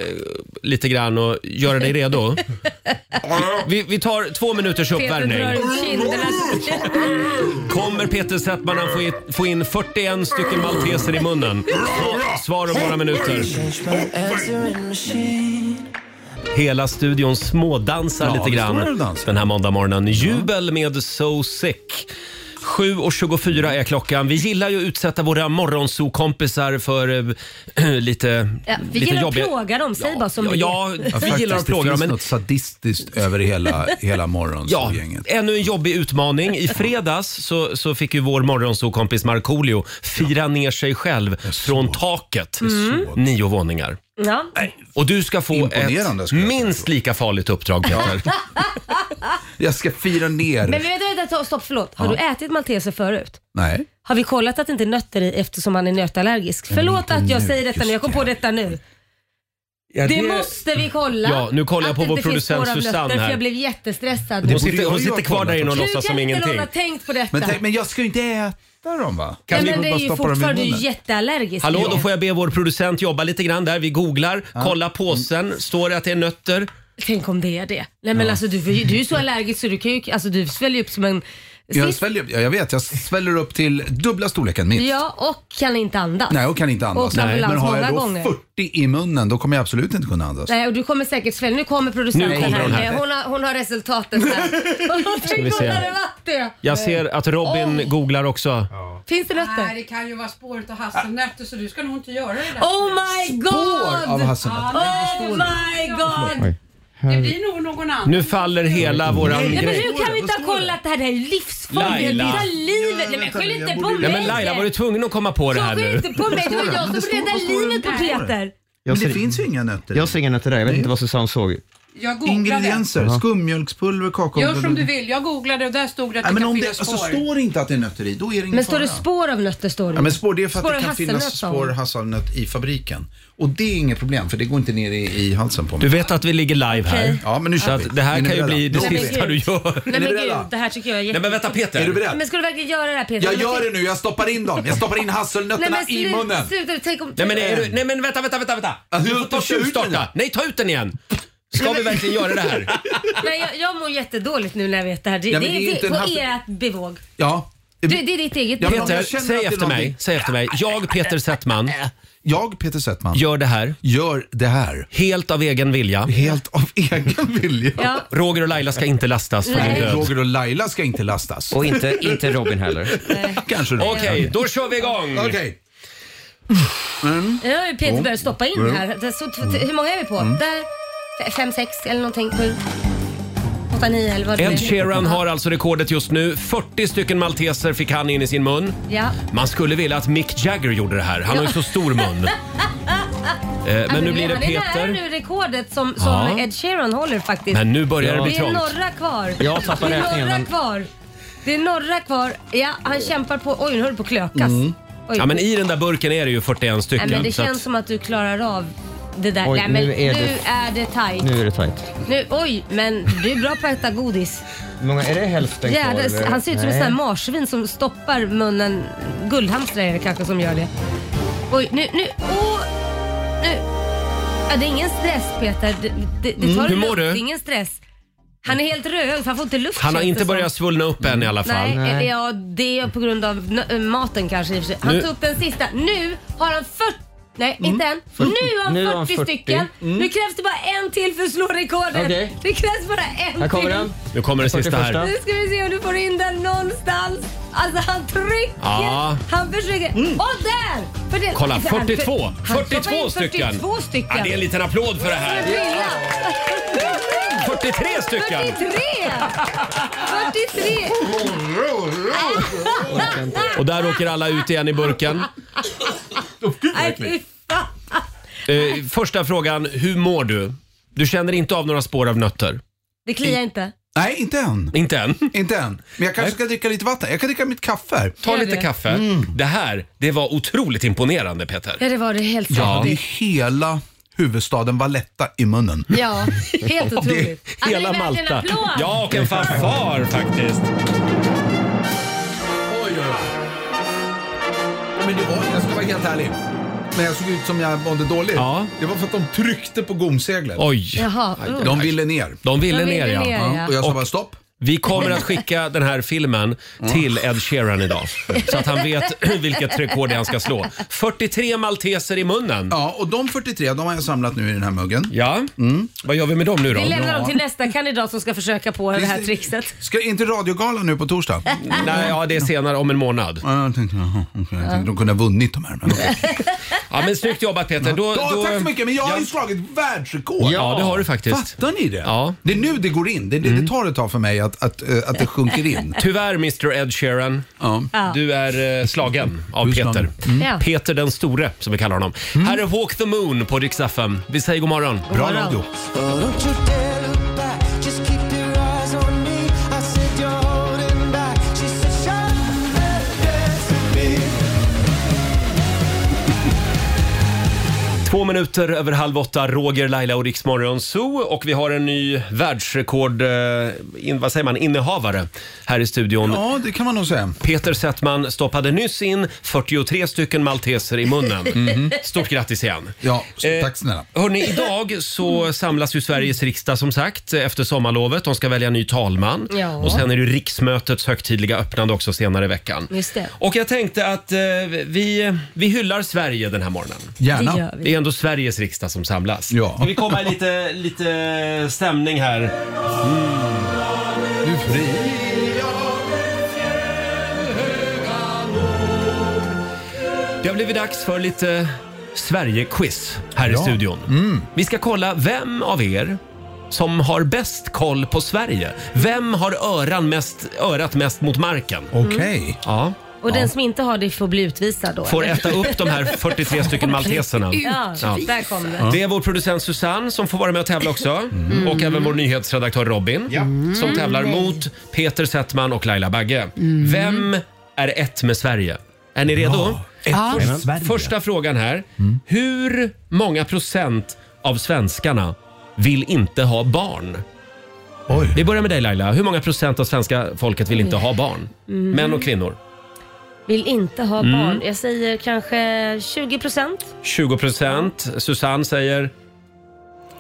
A: lite grann och göra dig redo? Vi, vi tar två minuters
B: Peter
A: uppvärmning.
B: drar ut kinderna.
A: Kommer Peter Settman att få i- få in 41 stycken malteser i munnen? Sva- Svar om några minuter. Hela studion smådansar
H: Ja,
A: lite
H: vi
A: grann
H: smådansar.
A: den här måndagmorgonen. Jubel med So Sick. 7.24 är klockan. Vi gillar ju att utsätta våra morgonsokompisar för eh, lite,
B: Ja, vi
A: lite
B: gillar att
A: jobbiga...
B: plåga dem, säg bara som
A: Ja,
B: det är.
A: ja, vi
H: Faktiskt,
A: gillar att plåga
H: Det
A: dem.
H: finns
A: Men
H: något sadistiskt över hela, hela
A: Ja,
H: morgonsovgänget.
A: ännu en jobbig utmaning. I fredags så, så fick ju vår morgonsokompis Markoolio fira ner sig själv från taket. Mm. Nio våningar.
B: Ja.
A: Och du ska få
H: Imponerande,
A: ett
H: skulle jag
A: minst lika farligt uppdrag Peter.
H: Jag ska fira ner.
B: Men vänta, vänta, vänta, stopp, förlåt. Har du ätit malteser förut?
H: Nej.
B: Har vi kollat att det inte är nötter i eftersom han är nötallergisk? Förlåt att jag säger detta nu, jag kom på detta nu. Det, måste vi kolla.
A: Ja, nu kollar jag
B: Att
A: på
B: det
A: vår
B: inte finns
A: producent
B: spår av
A: Susanne
B: nötter,
A: här.
B: För jag blev jättestressad.
A: Hon
B: nu.
H: borde
A: sitter,
H: jag
A: hon
H: ju
A: sitter
H: ha
A: kvar där
H: kollat
A: inne och
H: också.
A: låtsas
B: Hur
A: som
B: kan inte någon
A: ingenting.
B: ha tänkt på detta?
H: Men, tänk, men jag ska ju inte äta dem va?
B: Nej,
H: vi
B: men det
H: bara
B: är ju
H: stoppa dem i
B: fortfarande
H: munnen?
B: jätteallergisk.
A: Hallå, då får jag be vår producent jobba lite grann där. Vi googlar, kollar påsen, står det att det är nötter?
B: Tänk om det är det. Nej men alltså du, du är ju så allergisk så du kan ju, alltså du sväljer upp som en
H: Jag,
B: sitt.
H: sväljer, ja, jag vet, jag sväller upp till dubbla storleken minst.
B: Ja, och kan inte andas.
H: Nej, och kan inte andas.
B: Och ambulans
H: Men har jag då
B: många gånger.
H: 40 i munnen, då kommer jag absolut inte kunna andas.
B: Nej, och du kommer säkert svälja. Nu kommer producenten
A: Nu kommer hon här.
B: Eh, Hon, har, hon har resultatet här. Hon tänker
A: se.
B: kolla det vatten.
A: Jag ser att Robin googlar också.
B: Finns det
E: Nej,
B: nötter?
E: det kan ju vara spåret av hasselnötter så du ska nog inte göra det där.
B: Oh my god!
H: Av hasselnötter.
B: Oh my god!
E: Det blir nog någon annan.
A: Nu faller hela våran
B: Nej, men
A: grej.
B: hur kan vi inte ha kollat det här? Det här är ju livsfarligt.
A: Laila.
B: Rädda livet. Nej, men skyll inte på mig.
A: Nej, men Laila, var du tvungen att komma på det här
B: Skyll
A: nu?
B: inte på mig. Det var jag som räddade livet på Peter.
H: Men
F: Jag
H: det
F: ser,
H: finns ju inga nötter.
F: jag ser inga nötter där. Jag vet inte vad Susanne såg.
E: Jag googlade.
H: Ingredienser, skummjölkspulver, kakao.
E: Gör som du vill. Jag googlade och där stod det att
H: Nej,
E: det
H: men
E: kan
H: om det,
E: finnas
H: alltså,
E: spår.
H: står det inte att det är nötter i, då är det ingen
B: Men står det
H: fara.
B: spår av nötter? Står det?
H: Ja, men spår det är för att
B: Spår
H: det
B: av
H: kan
B: hasselnöt,
H: finnas
B: sa hon.
H: spår hasselnöt i fabriken. Och det är inget problem för det går inte ner i, i halsen på mig.
A: Du vet att vi ligger live här.
B: Okej.
H: Ja, men nu
A: Så
H: kör vi.
A: att det här
H: Är ni
A: kan ju
H: beredda?
A: bli det
H: Då-
B: Nej, men
A: sista du
B: gud.
A: gör.
B: Nej
H: Är
B: men
H: ni beredda?
B: gud, det här tycker jag är
A: Nej men
B: jätte...
A: vänta
H: Är du
A: Peter.
H: beredd?
B: Men ska du verkligen göra det här Peter?
H: Jag
B: Nej, men
H: gör det nu, jag stoppar in dem. Jag stoppar in
B: Nej
H: hasselnötterna
B: men
H: i munnen.
B: sluta, sluta, tänk om...
A: Nej men, är du, nej men vänta, vänta, vänta, vänta.
H: Alltså,
A: Du får ta
H: ta ut den
A: tjuvstarta.
H: igen.
A: Nej, ta ut den igen. Ska vi verkligen göra det här?
B: Nej, jag, jag mår jättedåligt nu när jag vet det här. Det,
H: Ja,
B: det,
H: men det är
B: är
H: inte
B: det,
H: en
B: på
H: hassel-
B: ert bevåg.
H: Ja.
B: Det, det är ditt eget
H: Ja, men-
B: bevåg.
A: Peter,
H: jag känner att
A: säg
H: det är
A: efter mig.
H: någonting. Äh.
A: Säg efter mig. Jag, Peter Settman,
H: Jag, Peter Settman, gör,
A: gör det här
H: det här
A: helt av egen vilja.
H: helt av egen vilja.
B: Ja.
A: Roger och Laila ska inte lastas för din
B: Nej.
A: död.
H: Roger och Laila ska inte lastas.
F: Och inte, inte Robin heller.
H: Kanske det.
A: Okej, då kör vi igång.
H: Okej.
B: Nu har ju
H: Mm.
B: Peter börjat stoppa in här. Det är Så, t- t- hur många är vi på? Där, f- fem, sex eller någonting. Sju, åtta, nio eller vad det
A: Ed
B: är.
A: Sheeran har alltså rekordet just nu. 40 stycken malteser fick han in i sin mun.
B: Ja.
A: Man skulle vilja att Mick Jagger gjorde det här. Han har ju så stor mun. Eh, Men nu blir det
B: Han Alltså, är nära
A: Peter.
B: nu rekordet som, som
A: Ja.
B: Ed Sheeran håller faktiskt.
A: Men nu börjar det bli
B: Det är
A: trångt.
B: några kvar.
F: Jag tappar
B: det är
F: räkningen,
B: några
F: men-
B: kvar. Det är några kvar. Ja, han kämpar på. Oj, nu höll du på
A: Mm.
B: att klökas. Oj.
A: Ja, men i den där burken är det ju 41
B: Nej, men
A: stycken.
B: det
A: så att-
B: känns som att du klarar av det där.
F: Oj,
B: Nej, men
F: nu är det-
B: nu är det tajt.
F: Nu är det tajt.
B: Nu, oj, men du är bra på att äta godis.
F: Hur många, är det hälften
B: Ja,
F: kvar?
B: det,
F: eller?
B: han ser ut som ett
F: Nej.
B: sånt här marsvin som stoppar munnen. Guldhamstrar är det kanske som gör det. Oj, nu, nu, åh, nu. Ja, det är ingen stress Peter. Det, det, det
A: Mm,
B: tar
A: hur
B: luft.
A: mår du?
B: Det är ingen stress. Han är helt rödögd för han får inte luft
A: Han har
B: känns det
A: inte
B: som.
A: börjat svullna upp än i alla fall.
B: Nej, eller ja, det är på grund av nö- äh, maten kanske i och för sig. Han
A: Nu- Mm.
B: tog upp den sista. Nu har han 40 Nej, inte än. Nu har han 40,
F: Nu har han 40.
B: stycken. Nu krävs det bara en till för att slå rekordet.
F: Okej.
B: Det krävs bara en
F: Här kommer
B: till.
F: den.
A: Nu kommer den
F: Jag tar det
A: sista här.
F: första.
B: Nu ska vi se om du får in den någonstans. Alltså han trycker.
A: Ja. Mm.
B: Han försöker. Och där! För det,
A: Kolla,
B: han-
A: 42!
B: han stoppar in
A: 42 stycken!
B: 42 stycken.
A: Ja, det är en liten applåd för det
B: Det är
A: här.
B: skillnad.
A: 43 stycken!
B: 43! 43!
A: Och där åker alla ut igen i burken.
B: Nej, fy fan.
A: Eh, första frågan, hur mår du? Du känner inte av några spår av nötter?
B: Det kliar inte.
H: Nej, inte än.
A: Inte än.
H: Inte än. Men jag kanske ska dricka lite vatten. Jag kan dricka mitt kaffe här.
A: Ta
B: Gör
A: lite
B: det.
A: kaffe.
H: Mm.
A: Det här, det var otroligt imponerande Peter.
B: Ja, det var det helt
A: Ja.
H: Det är
B: faktiskt.
H: hela huvudstaden Valletta i munnen.
B: Ja, helt otroligt. Hade
A: Hela
B: ni verkligen
A: Malta.
B: applåd?
A: Ja, och en fanfar faktiskt.
H: Men det var, jag ska vara helt ärlig. Men jag såg ut som jag mådde dåligt.
A: Ja.
H: Det var för att de tryckte på gomseglet.
A: Oj,
B: Jaha. oh.
H: De ville ner.
A: de ville
B: De
A: ner
B: ville
A: ja.
B: ner.
H: Ja. Och jag sa
A: Och-
H: bara stopp.
A: Vi kommer att skicka den här filmen till Ed Sheeran idag. Så att han vet vilket rekord det är han ska slå. 43 malteser i munnen.
H: Ja, och de 43, de har jag samlat nu i den här muggen.
A: Ja,
H: Mm.
A: vad gör vi med dem nu då?
B: Vi lämnar dem till nästa kandidat som ska försöka på det här
H: Visst-
B: trixet.
H: Ska inte radiogalan nu på torsdag?
A: Nej, ja, det är senare om en månad.
H: Ja, jag tänkte, jaha, okej. jag tänkte de kunde ha vunnit de här. Men okej.
A: Ja, men snyggt jobbat Peter. Då,
H: ja,
A: då,
H: tack så mycket, men jag har ju slagit världsrekord.
A: Ja, det har du faktiskt.
H: Fattar ni det?
A: Ja. Mm.
H: Det är nu det går in. Det, det, det tar ett tag för mig att, att, eh, att det sjunker in.
A: Tyvärr Mr Ed Sheeran,
H: Ja.
A: du är eh, slagen av
H: Du är
A: Peter.
H: slagen.
B: Ja.
A: Peter den store som vi kallar honom. Här är Walk the Moon på Rix FM. Vi säger god morgon.
H: Bra radio.
A: Två minuter över halv åtta, Roger, Laila och Riksmorgon Zoo. Och vi har en ny världsrekord, eh, in, vad säger man, innehavare här i studion.
H: Ja, det kan man nog säga.
A: Peter Settman stoppade nyss in 43 stycken malteser i munnen. Stort grattis igen.
H: Ja, så,
A: Eh,
H: tack snälla.
A: Hörni, idag så samlas ju Sveriges riksdag som sagt efter sommarlovet. De ska välja ny talman
B: Ja.
A: och sen är det ju riksmötets högtidliga öppnande också senare i veckan.
B: Just det.
A: Och jag tänkte att eh, vi, vi hyllar Sverige den här morgonen.
H: Gärna.
B: Det gör vi.
A: Det är ändå Sveriges riksdag som samlas.
H: Ja.
A: Ska vi komma i lite, lite stämning här?
H: Du är fri.
A: Det har blivit dags för lite Sverige-quiz här i
H: Ja. Mm.
A: studion. Vi ska kolla vem av er som har bäst koll på Sverige. Vem har öran mest, örat mest mot marken?
H: Okej.
A: Ja.
B: Och den som inte har det får bli utvisad då.
A: Får
B: eller?
A: äta upp de här 43 stycken malteserna.
B: Ja,
A: Ja. Mm.
B: där kom det.
A: Det är vår producent Susanne som får vara med och tävla också. Och även vår nyhetsredaktör Robin som tävlar mot Peter Settman och Laila Bagge. Vem är ett med Sverige? Är ni Mm. redo?
H: Ett
A: Sverige. Första frågan här. Hur många procent av svenskarna vill inte ha barn?
H: Oj.
A: Vi börjar med dig Laila. Hur många procent av svenska folket vill inte ha barn? Män och kvinnor.
B: Vill inte ha barn.
A: Mm.
B: Jag säger kanske 20 procent.
A: 20 procent. Susanne säger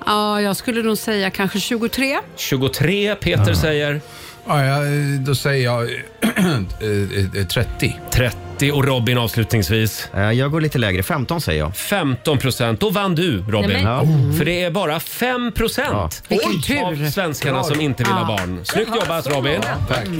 E: Ja, jag skulle nog säga kanske 23.
A: 23. Peter säger
H: Ja, jag- då säger jag eh, eh, 30.
A: 30. Och Robin avslutningsvis
F: Eh, Jag går lite lägre. 15 säger jag.
A: 15 procent. Då vann du Robin.
B: Nej, men-
F: Ja.
H: Mm.
A: För det är bara 5 procent av svenskarna som inte vill ha barn. Snyggt jobbat Robin.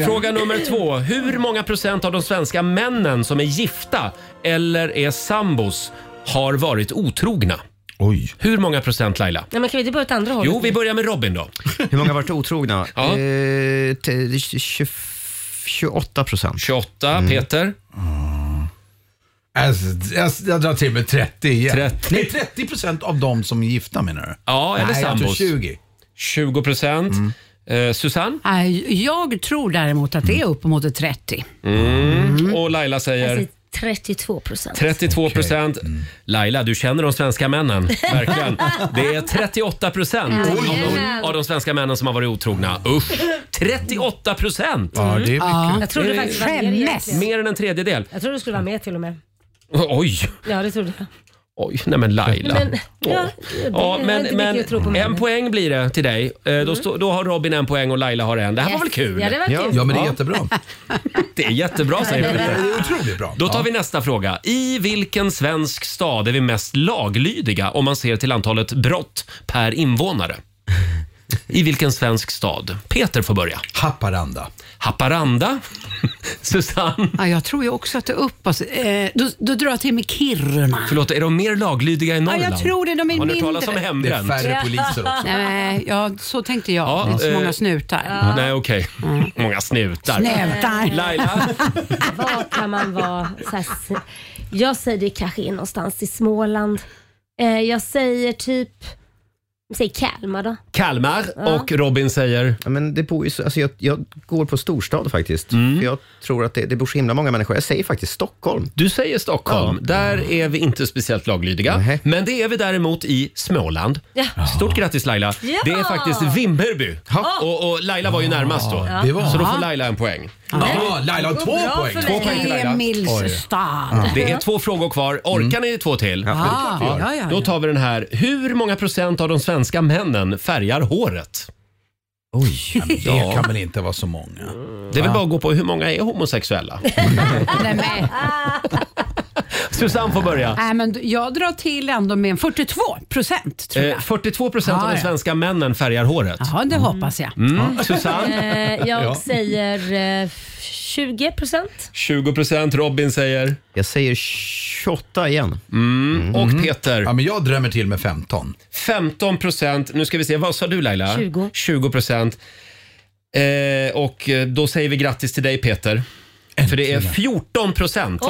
A: Fråga nummer två. Hur många procent av de svenska männen som är gifta eller är sambos har varit otrogna?
H: Oj.
A: Hur många procent Laila?
B: Nej, men kan vi inte börja åt andra hållet?
A: Jo, vi börjar med Robin då.
F: Hur många har varit otrogna?
A: Ja.
F: Eh, t- 20 28 procent.
A: 28,
H: Mm.
A: Peter.
H: Alltså, jag, jag drar till med 30 igen.
A: 30.
H: Nej, 30 procent av de som är gifta menar du?
A: Ja, eller
H: Nej, jag tror Mm.
A: sambos.
H: 20.
A: 20 procent. Eh, Susanne
I: Nej, Jag tror däremot att det är uppemot ett 30.
A: och Laila
H: Mm.
B: Jag
A: säger
B: säger 32 procent.
A: 32 procent. Laila, du känner de svenska männen. Verkligen. Det är 38 procent av, de- av de svenska männen som har varit otrogna. Usch! 38 procent!
H: Ja, det är mycket.
B: Jag trodde faktiskt det var mer egentligen.
A: Mer än en tredjedel.
B: Jag trodde det skulle vara mer till och med.
A: Oj,
B: Ja, det trodde jag.
A: oj, nej men Laila.
B: Men, ja, det
A: Ja,
B: är inte
A: men,
B: mycket
A: men
B: att tro på
A: en
B: männen.
A: poäng blir det till dig. Eh, Då, stå, då har Robin en poäng och Laila har en. Det här var väl kul?
B: Ja, det var kul.
H: Ja, men det är jättebra.
A: Det är jättebra säger
H: Det
A: Peter.
H: är otroligt bra.
A: Då tar vi nästa fråga. I vilken svensk stad är vi mest laglydiga om man ser till antalet brott per invånare? I vilken svensk stad? Peter får börja.
H: Haparanda.
A: Haparanda? Susanne?
E: Ja, jag tror ju också att det är upp. Alltså. Eh, då, då drar jag till med Kiruna.
A: Förlåt, är de mer laglydiga i
E: jag
A: Norrland?
E: tror det. De är
A: Har ni hört
E: mindre.
A: talas om
H: Det är
A: hembränt?
H: färre poliser också.
E: Nej, ja, så tänkte jag.
A: Ja,
E: det är inte så
A: eh,
E: många snutar.
A: Nej, okej.
E: Mm.
A: Många snutar.
E: Snutar.
A: Laila?
B: Vad kan man vara? Så här, s- jag säger det kanske är någonstans i Småland. Eh, jag säger typ, säg Kalmar då.
A: Kalmar och Robin säger?
F: Ja, men det bor ju, så- alltså jag, jag går på storstad faktiskt. För jag tror att det, det bor så himla många människor. Jag säger faktiskt Stockholm.
A: Du säger Stockholm. Där är vi inte speciellt laglydiga.
F: Nej.
A: Men det är vi däremot i Småland.
B: Ja.
A: Stort grattis Laila.
B: Ja.
A: Det är faktiskt Vimmerby.
F: Ja.
A: Och, och Laila var ju närmast då.
H: Det var...
A: Så då får Laila en poäng.
H: Ja, Laila har
B: Vad
H: två
B: bra
H: poäng.
B: för
A: Två
B: mig.
A: poäng till Laila.
E: Emilsstad.
A: Det är två frågor kvar. Orkar ni två till?
E: Mm. Ja, Ah, ja, ja,
A: Då tar vi den här. Hur många procent av de svenska männen färgar håret?
H: Det kan väl inte vara så många?
A: Det är väl bara att gå på hur många är homosexuella?
E: Nej, men,
A: Susanne får börja.
E: nej, men jag drar till ändå med en 42 procent tror
A: Eh,
E: jag.
A: 42 procent av
E: Ja,
A: de
E: ja.
A: svenska männen färgar håret.
E: Ja, det hoppas jag.
A: Mm. Susanne?
B: Eh, jag säger eh, 20 procent.
A: 20 procent. Robin säger.
F: Jag säger 28 igen.
E: Mm.
A: Och Peter?
H: Ja, men jag drömmer till med 15.
A: 15 procent. Nu ska vi se, vad sa du Laila?
B: 20.
A: 20 procent. Eh, och eh, då säger vi grattis till dig Peter. För det är 14 procent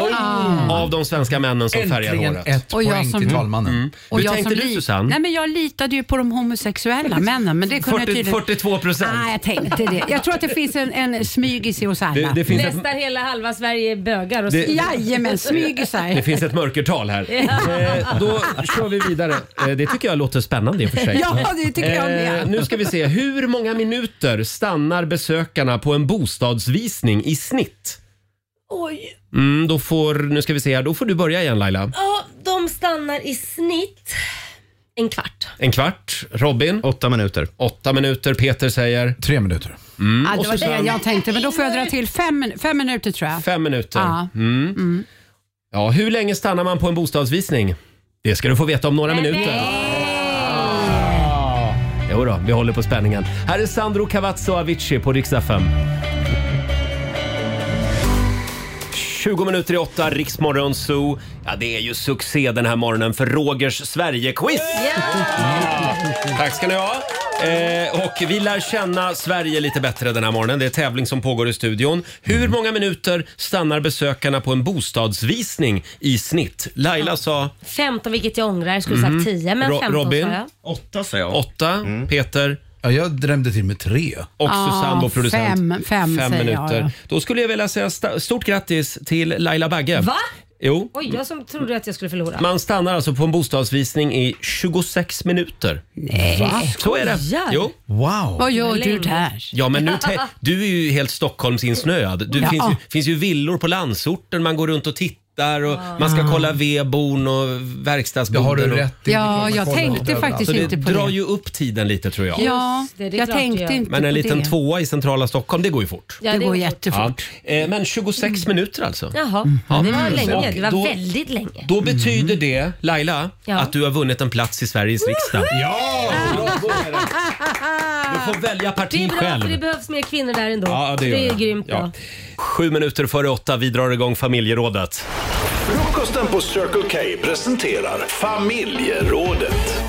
A: av de svenska männen som färgar
H: Äntligen
A: håret.
H: ett
E: Och jag
H: poäng
E: som-
H: till talmannen.
A: Hur
E: jag
A: tänkte
E: som
A: du,
E: li-
A: Susanne?
E: Nej, men jag litade ju på de homosexuella männen. Men det kunde jag
A: 40,
E: tydligen... Ah,
A: 42 procent.
E: Nej, jag tänkte det. Jag tror att det finns en, en smygis i oss alla.
A: Det, det, finns ett,
B: Nästan hela halva Sverige är bögar. Och
A: Det-
E: Jajamän,
A: det
E: smygisar.
A: finns ett mörkertal här. Eh, då kör vi vidare. Eh, det tycker jag låter spännande i och för sig.
E: Ja, det tycker jag
A: Eh,
E: med.
A: nu ska vi se. Hur många minuter stannar besökarna på en bostadsvisning i snitt?
B: Oj.
A: Mm, då får, nu ska vi se här, då får du börja igen Laila.
B: Ja, de stannar i snitt en kvart.
A: En kvart. Robin.
F: Åtta minuter.
A: Åtta minuter. Peter säger
H: Tre minuter.
E: Ja, det var det jag tänkte, men då får jag dra till fem, min- fem minuter tror jag.
A: fem minuter. Mm.
E: Ja.
A: Ja, hur länge stannar man på en bostadsvisning? Det ska du få veta om några minuter. Ah. Jo då, vi håller på spänningen. Här är Sandro Cavazzo och Avicii på riksdag 5. 20 minuter i åtta, Riksmorgon Zoo. Ja, det är ju succé den här morgonen för Rogers Sverige-quiz! Tack ska ni ha. Eh, och vi lär känna Sverige lite bättre den här morgonen. Det är tävling som pågår i studion.
E: Mm.
A: Hur många minuter stannar besökarna på en bostadsvisning i snitt? Laila sa
B: 15 vilket jag ångrar. Jag skulle sagt 10 men
A: Mhm. Ro-
B: 15
A: Robin?
B: sa jag.
F: Åtta säger jag.
A: åtta,
E: Mm.
A: Peter
H: Ja, jag drömde till med tre.
A: och
E: Ja,
A: Susanne, vår producent.
E: Ah, fem- fem säger
A: minuter.
E: jag, ja.
A: Då skulle jag vilja säga sta- stort grattis till Laila Bagge.
B: Va?
A: Jo.
B: Oj, jag som trodde att jag skulle förlora.
A: Man stannar alltså på en bostadsvisning i 26 minuter.
E: Nej.
A: Så är det.
B: skojar.
A: Jo.
H: Wow.
E: Vad gör du där?
A: Ja, men nu te- du är ju helt Stockholmsinsnöad. Du
E: Ja.
A: finns, ju, finns ju villor på landsorten man går runt och tittar och man ska kolla vedbon och
H: Det
A: verkstadsborden.
H: har du
A: och-
H: rätt i.
E: Ja, jag
H: Man kollar
E: tänkte
H: överallt.
E: faktiskt
A: Så det
E: inte på
A: drar
E: det.
A: ju upp tiden lite tror jag.
E: Ja,
B: Just det, det är
E: jag
B: klart
E: tänkte
B: det gör.
E: inte
A: Men en
E: på
A: liten
E: det.
A: tvåa i centrala Stockholm, det går ju fort.
B: Ja,
E: Det
B: det Mm.
E: går
B: var-
A: Ja.
E: jättefort.
A: Eh, Men 26 minuter alltså.
B: Jaha, det var länge. Det var
A: Då-
B: väldigt länge.
A: Då betyder det, Laila,
B: Mm. Ja.
A: att du har vunnit en plats i Sveriges riksdag.
H: Ja!
A: Du får välja
B: Det är
A: parti
B: bra för det
A: själv.
B: behövs mer kvinnor där ändå.
A: Ja, det, gör
B: är
A: jag.
B: grymt
A: Ja.
B: bra.
A: Sju minuter före åtta, vi drar igång familjerådet.
C: Frukosten på Circle K presenterar Familjerådet.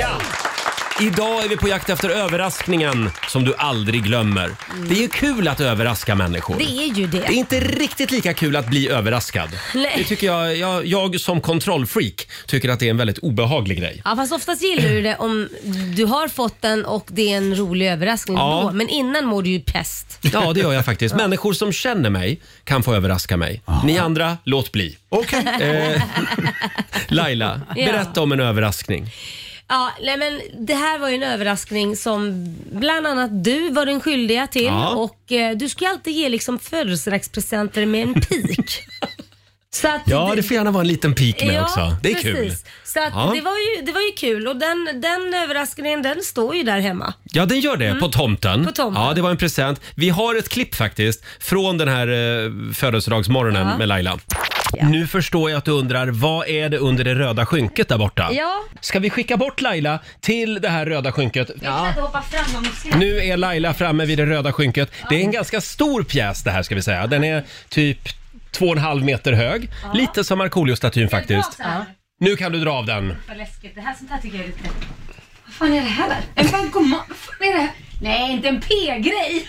A: Ja! Idag är vi på jakt efter överraskningen som du aldrig glömmer. Det är ju kul att överraska människor.
B: Mm. Det är ju
A: Det är
B: det.
A: inte riktigt lika kul att bli överraskad.
B: Nej.
A: Det tycker jag, jag, jag som kontrollfreak tycker att det är en väldigt obehaglig grej.
B: Ja, fast oftast gillar du det om du har fått den och det är en rolig överraskning
A: Ja.
B: då. Men innan mår du ju pest.
A: Ja, det gör jag faktiskt. Människor som känner mig kan få överraska mig. Ni andra, låt bli.
H: Okej.
A: Laila,
B: Ja.
A: berätta om en överraskning.
B: Ja, nej men det här var ju en överraskning som bland annat du var den skyldiga till.
A: Ja.
B: Och eh, du ska ju alltid ge liksom födelsedagspresenter med en pik. Så att
A: Ja, det får gärna vara en liten pik med också. Det är kul.
B: Så att
A: Ja.
B: det, var ju, det var ju kul och den, den överraskningen den står ju där hemma.
A: Ja, den gör det. På, tomten.
B: Mm. På tomten.
A: Ja, det var en present. Vi har ett klipp faktiskt från den här eh, födelsedagsmorgonen med Laila. Nu förstår jag att du undrar, vad är det under det röda skynket där borta?
B: Ja.
A: Ska vi skicka bort Laila till det här röda skynket?
B: Jag kan inte hoppa fram om du
A: Nu är Laila framme vid det röda skynket. Det är en ganska stor pjäs det här ska vi säga. Den är typ två och en halv meter hög. Lite som Markoolio-statyn faktiskt. Nu kan du dra av den.
B: Vad läskigt. Det här sånt här tycker jag är lite... Vad fan är det här? En bankomat? Vad fan är det här? Nej, inte en P-grej.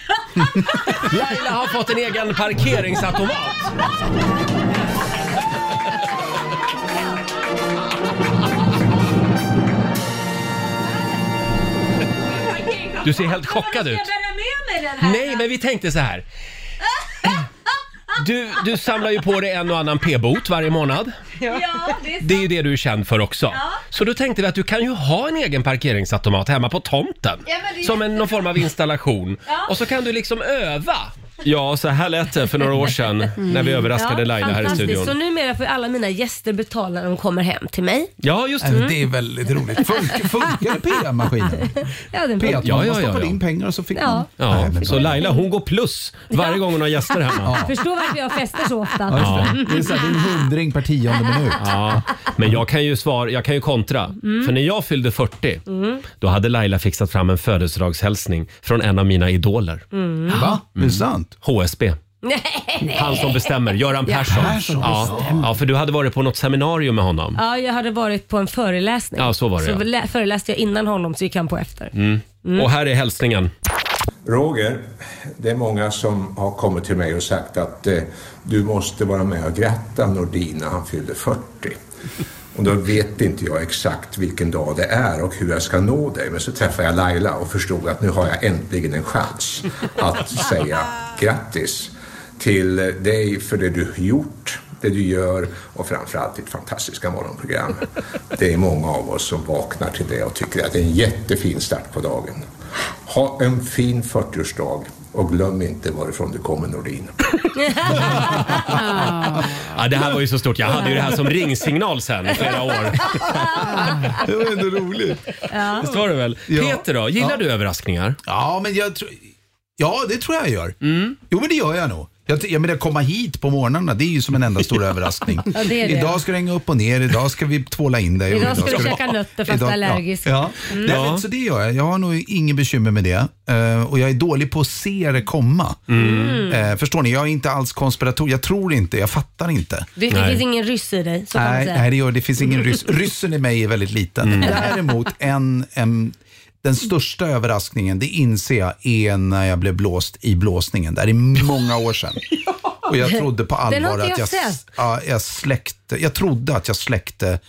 A: Laila har fått en egen parkeringsautomat. Du ser helt chockad ut.
B: Ska jag bära med mig den här?
A: Nej, men vi tänkte så här. Du, du samlar ju på dig en och annan p-bot varje månad.
B: Ja, det är
A: Det är ju det du är känd för också. Så då tänkte vi att du kan ju ha en egen parkeringsautomat hemma på tomten.
B: Ja, men det är
A: som en, någon form av installation. Och så kan du liksom öva. Ja, så här lät det för några år sedan när vi överraskade Laila här i
B: Mm. fantastiskt. Så
A: studion.
B: numera får alla mina gäster betala när de kommer hem till mig.
A: Ja, just det.
H: Det är väldigt roligt. Funkar, funkar PR-maskinen?
B: Ja, den
H: P- att
A: Ja,
H: man
A: ja,
H: stoppade
A: ja, ja.
H: in pengar och så fick
B: Ja.
H: man...
A: Ja,
H: Nej, men
A: så
H: bra.
A: Laila hon går plus varje gång hon har gäster hemma.
B: Förstår varför jag festar så ofta.
H: Ja, just det. Det är så här, det är en hundring per tionde minut.
A: Ja, men jag kan ju svara, jag kan ju kontra.
B: Mm.
A: För när jag fyllde 40, då hade Laila fixat fram en födelsedagshälsning från en av mina idoler.
H: Va? Är det sant?
A: HSB. Han som bestämmer, Göran Persson.
H: Persson
A: Ja, ja, för du hade varit på något seminarium med honom.
B: Ja, jag hade varit på en föreläsning.
A: Ja, så var det,
B: Så
A: ja.
B: lä- föreläste jag innan honom så gick han på efter.
A: Och här är hälsningen.
I: Roger, det är många som har kommit till mig och sagt att eh, du måste vara med och gratta Nordin när han fyller 40. Och då vet inte jag exakt vilken dag det är och hur jag ska nå dig. Men så träffade jag Laila och förstod att nu har jag äntligen en chans att säga grattis till dig för det du gjort, det du gör och framförallt ditt fantastiska morgonprogram. Det är många av oss som vaknar till det och tycker att det är en jättefin start på dagen. Ha en fin 40-årsdag och glöm inte varifrån du kommer Nordin.
A: Ja, det här var ju så stort. Jag hade ju det här som ringsignal sen i flera år.
H: Det var ändå roligt.
A: Visst var det väl? Peter då, gillar du överraskningar?
H: Ja, men jag tror... Ja, det tror jag jag gör.
B: Mm.
H: Jo, men det gör jag nog. Jag, jag menar, komma hit på morgnarna, det är ju som en enda stor överraskning.
B: Ja, det är det.
H: Idag ska du hänga upp och ner, idag ska vi tvåla in dig. och
B: Idag ska du
H: vi-
B: käka nötter fast du är
H: ja.
B: allergisk. Mm.
H: Ja. Nej, men, så det gör jag. Jag har nog ingen bekymmer med det. Eh, och jag är dålig på att se det komma.
B: Mm.
H: Eh, förstår ni? Jag är inte alls konspirator. Jag tror inte, jag fattar inte.
B: Det, det finns ingen ryss i dig, så kan man
H: Nej,
B: säga.
H: nej det, gör, det finns ingen ryss. Ryssen i mig är väldigt liten.
B: Mm.
H: Däremot en, en, den största överraskningen, det inser jag, är när jag blev blåst i blåsningen. Det här är många år sedan. Och jag trodde på
B: Den har
H: allvar
B: inte
H: att
B: jag
H: jag,
B: sett.
H: ja, jag släckte, jag trodde att jag släckte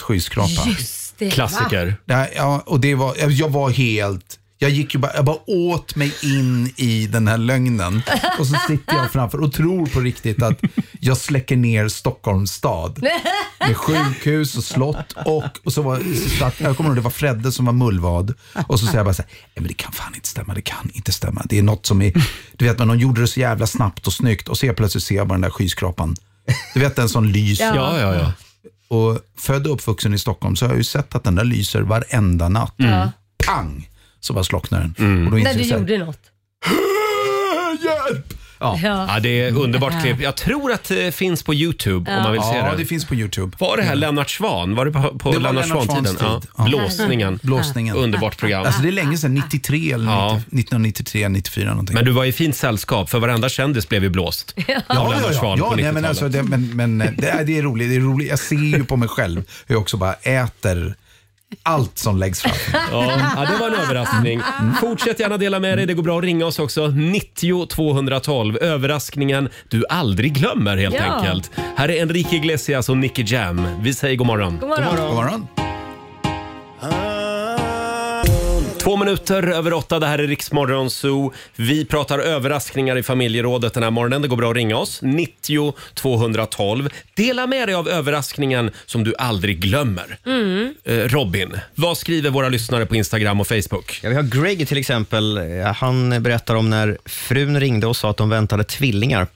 H: skyskrapa.
B: Just det.
A: Klassiker.
H: Nej, ja, och det var, jag- jag var helt... Jag gick ju bara, jag bara åt mig in i den här lögnen och så sitter jag framför och tror på riktigt att jag släcker ner Stockholms stad med sjukhus och slott och, och så var så att- jag kommer ihåg det var Fredde som var mullvad och så säger jag bara så här, "Nej, men det kan fan inte stämma, det kan inte stämma. Det är något som är, du vet men de gjorde det så jävla snabbt och snyggt och så helt plötsligt ser jag bara den där skyskrapan. Du vet den som lyser
A: Ja, ja, ja.
H: och född och uppvuxen i Stockholm så har jag ju sett att den där lyser varenda natt.
A: Mm.
H: Pang! Så bara slocknar den. Och då
B: När
H: inser
B: du
H: jag så här,
B: gjorde något.
H: Hjälp! Ja,
B: Ja.
A: Ja, det är underbart klipp. Jag tror att det finns på Youtube om man vill se
H: ja det
A: det.
H: finns på YouTube.
A: Var det här Lennart Svan? Var det på, på
H: Det var
A: Lennart
H: Lennart
A: Svan-tiden?
H: Swans
A: Ja.
H: tid. Ja.
A: Blåsningen.
H: Blåsningen.
A: Underbart program.
H: Alltså det är länge sedan, 93 eller
A: Ja.
H: 90, 1993, 94 någonting.
A: Men du var i fint sällskap för varenda kändis blev ju blåst.
H: Ja,
A: Lennart
H: ja, ja.
A: Swahn på
H: ja nej, men
A: 90-talet.
H: alltså, det, men, men eh, det, är- det är roligt. Det är roligt. Jag ser ju på mig själv hur jag också bara äter allt som läggs fram.
A: Ja, ja, det var en överraskning. Fortsätt gärna dela med dig. Det går bra att ringa oss också. 90 212. Överraskningen du aldrig glömmer helt
B: Ja.
A: enkelt. Här är Enrique Iglesias och Nicky Jam. Vi säger god morgon.
B: God morgon.
H: God morgon.
A: Två minuter över åtta. Det här är Riksmorgon Zoo. Vi pratar överraskningar i familjerådet den här morgonen. Det går bra att ringa oss. 90 212. Dela med dig av överraskningen som du aldrig glömmer. Eh, Robin, vad skriver våra lyssnare på Instagram och Facebook?
F: Ja, vi har Greg till exempel. Eh, Han berättar om när frun ringde och sa att de väntade tvillingar.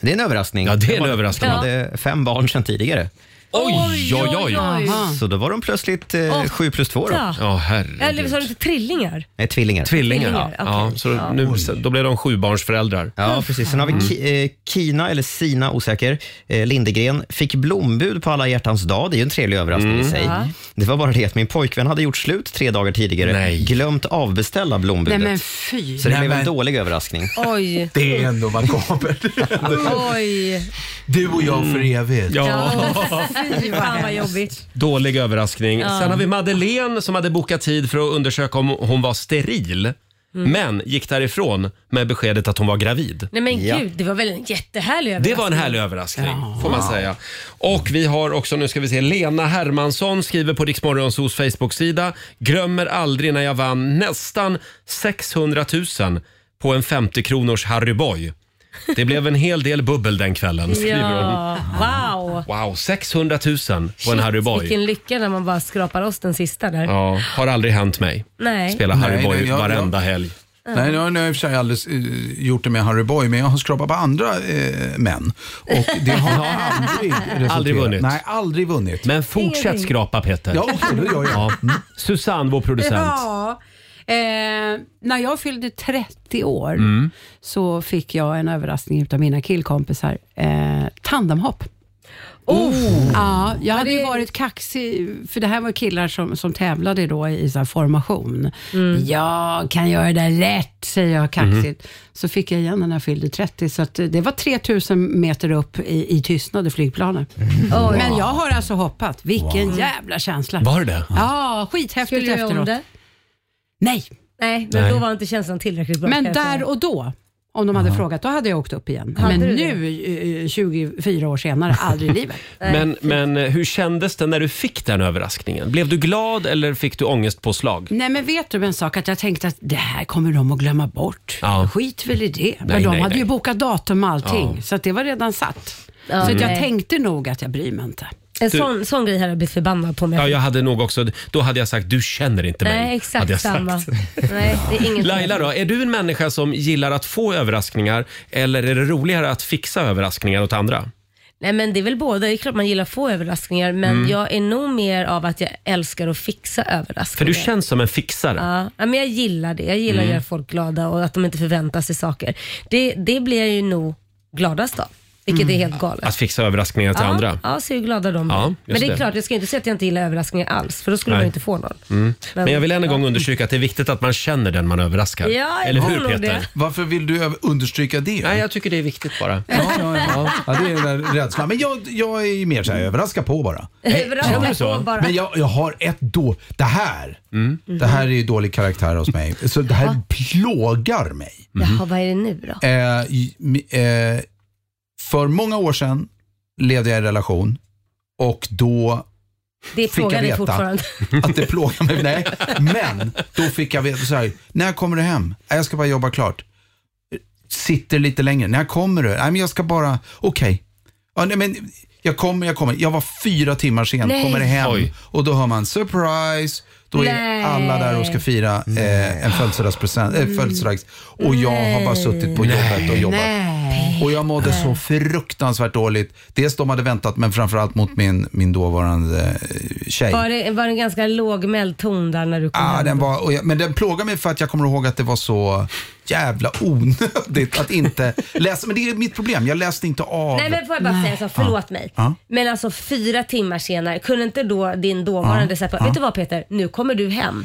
F: Det är en överraskning.
A: Ja, det är en
F: De har-
A: överraskning.
F: De hade fem barn sedan tidigare.
A: Oj, oj, oj.
E: Aha.
F: Så då var de plötsligt
B: Åh.
F: eh, sju plus två. Då.
B: Ja.
A: Ja,
B: Eller sa du
A: herregud.
B: inte trillingar?
F: Nej, tvillingar.
A: Tvillingar.
B: Tvillingar,
A: Ja,
B: okej.
A: så nu, sen- då blev de sjubarnsföräldrar.
F: Ja, precis. Sen har vi Ki- eh, Kina, eller Sina, osäker, eh, Lindegren. Fick blombud på alla hjärtans dag. Det är ju en trevlig överraskning i sig.
B: Ja.
F: Det var bara det att min pojkvän hade gjort slut tre dagar tidigare.
A: Nej.
F: Glömt avbeställa blombudet.
E: Nej men fy.
F: Så det
H: Nej,
F: blev en
H: men-
F: dålig överraskning.
B: Oj,
H: Det är ändå makabert.
B: oj.
H: Du och jag för evigt.
B: Ja. Fy fan vad jobbigt.
A: Dålig överraskning. Sen har vi Madeleine som hade bokat tid för att undersöka om hon var steril.
B: Mm.
A: Men gick därifrån med beskedet att hon var gravid.
B: Nej men
F: Ja.
B: gud, det var väl en jättehärlig
A: Det
B: överraskning.
A: var en härlig överraskning, får man säga. Och vi har också, nu ska vi se, Lena Hermansson skriver på Riksmorgonsos Facebook-sida. Glömmer aldrig när jag vann nästan 600 000 på en 50 kronors Harry Boy. Det blev en hel del bubbel den kvällen, skriver hon.
B: Ja, wow.
A: Wow, 600 000 på en Harry Boy.
B: Vilken lycka när man bara skrapar loss den sista där.
A: Ja, har aldrig hänt mig.
B: Nej.
A: Spela Harry
H: Nej,
A: Boy
H: nej, jag-
A: varenda helg.
H: Nej, nu har nu har jag i och för sig alldeles eh, gjort det med Harry Boy, men jag har skrapat på andra eh, män. Och det har aldrig resulterat.
A: Aldrig vunnit.
H: Nej, aldrig vunnit.
A: Men fortsätt
B: Ingenting.
A: skrapa Peter.
H: Ja, okej, då gör jag.
A: Ja. Susanne, vår producent.
E: Ja. Eh, när jag fyllde 30 år
A: Mm.
E: så fick jag en överraskning av mina killkompisar. Eh, tandemhopp.
B: Oh,
A: Oh,
E: Ja, jag hade ju varit kaxig, för det här var killar som, som tävlade då i så här formation.
B: Mm.
E: Jag kan göra det rätt, säger jag kaxigt. Så fick jag igen när jag fyllde 30, så att eh, det var 3000 meter upp i, i tystnad i flygplanet. Men jag har alltså hoppat. Vilken jävla känsla.
A: Var det det?
E: Ja, skithäftigt
B: Skulle du göra om
E: efteråt.
B: det?
E: Nej,
B: Nej, men
A: Nej.
B: då var inte känslan tillräckligt bra.
E: men
B: kan jag säga.
E: där och då, om de hade frågat, då hade jag åkt upp igen.
B: Hade
E: men
B: du det?
E: nu, eh, 24 år senare, aldrig i livet.
A: Men, men eh, hur kändes det när du fick den överraskningen? Blev du glad eller fick du ångestpåslag?
E: Nej men vet du en sak, att jag tänkte att det här kommer de att glömma bort.
A: Ja.
E: Skit väl i det. Men
A: Nej,
E: de
A: nej,
E: hade ju
A: nej.
E: bokat datum och allting, så att det var redan satt.
B: Ja,
E: så att jag
B: nej.
E: tänkte nog att jag bryr mig inte.
B: En sån, sån grej hade jag blivit förbannad på mig.
A: Ja, jag hade nog också, då hade jag sagt du känner inte mig.
B: Nej,
A: hade jag
B: exakt
A: sagt.
B: samma. Nej, det är inget
A: Laila då, är du en människa som gillar att få överraskningar eller är det roligare att fixa överraskningar åt andra?
B: Nej men det är väl båda. Det är klart man gillar att få överraskningar men jag är nog mer av att jag älskar att fixa överraskningar.
A: Mm. För du känns som en fixare.
B: Ja, ja, men jag gillar det. Jag gillar
A: Mm.
B: att göra folk glada och att de inte förväntar sig saker. Det, det blir jag ju nog gladast av, vilket är helt galet.
A: Att fixa överraskningar Mm. Alltså, till
B: ja,
A: andra.
B: Ja, så är ju glada de
A: Ja,
B: blir.
A: just
B: Men det är
A: det.
B: klart, jag ska inte säga att jag inte gillar överraskningar alls, för då
A: Nej.
B: skulle
A: Mm.
B: man ju inte få någon.
A: Men jag vill än en gång understryka att det är viktigt att man känner den man överraskar.
B: Ja, jag
A: eller hur
B: tror nog
A: Peter?
B: det.
H: Varför vill du över- understryka det?
A: Nej, jag tycker det är viktigt bara.
H: Ja, ja, ja. ja, det är den där rädslan. Men jag, jag är ju mer så här, överraska på bara.
A: känner du
B: Överraskningar
A: så?
B: får bara.
H: Men jag, jag har ett då... Det här,
A: Mm.
H: det här är ju dålig karaktär hos mig. Så det här plågar mig.
A: Mm.
B: Jaha, vad är det nu då?
H: Eh, i- mi- eh, för många år sedan levde jag i en relation och då
B: Det
H: fick jag
B: frågar dig
H: veta.
B: fortfarande.
H: att det plågade mig. Nej, men då fick jag veta så här, när kommer du hem? Nej, Jag ska bara jobba klart. Sitter lite längre. När kommer du? Nej, men jag ska bara, okej. Ja, nej, men jag kommer, jag kommer. Jag var fyra timmar sen,
B: Nej.
H: kommer hem
A: Oj.
H: och då hör man surprise. Då
B: Nej. Mm.
H: är alla där och ska fira eh, en födelsedagspresent, eh, födelsedags. Och jag har bara suttit på jobbet och jobbat.
E: Nej.
H: Och jag mådde så fruktansvärt dåligt. Dels de hade väntat, men framförallt mot min, min dåvarande eh, tjej.
B: Var det, var det en ganska lågmäld ton där när du kom
H: Ah,
B: hem?
H: den var, och jag, men den plågar mig för att jag kommer ihåg att det var så jävla onödigt att inte läsa. Men det är mitt problem, jag läste inte av.
B: Nej men får jag bara säga så, förlåt mig.
H: Ja.
B: Men alltså fyra timmar senare, kunde inte då din dåvarande säga vet du vad Peter, nu kommer du hem.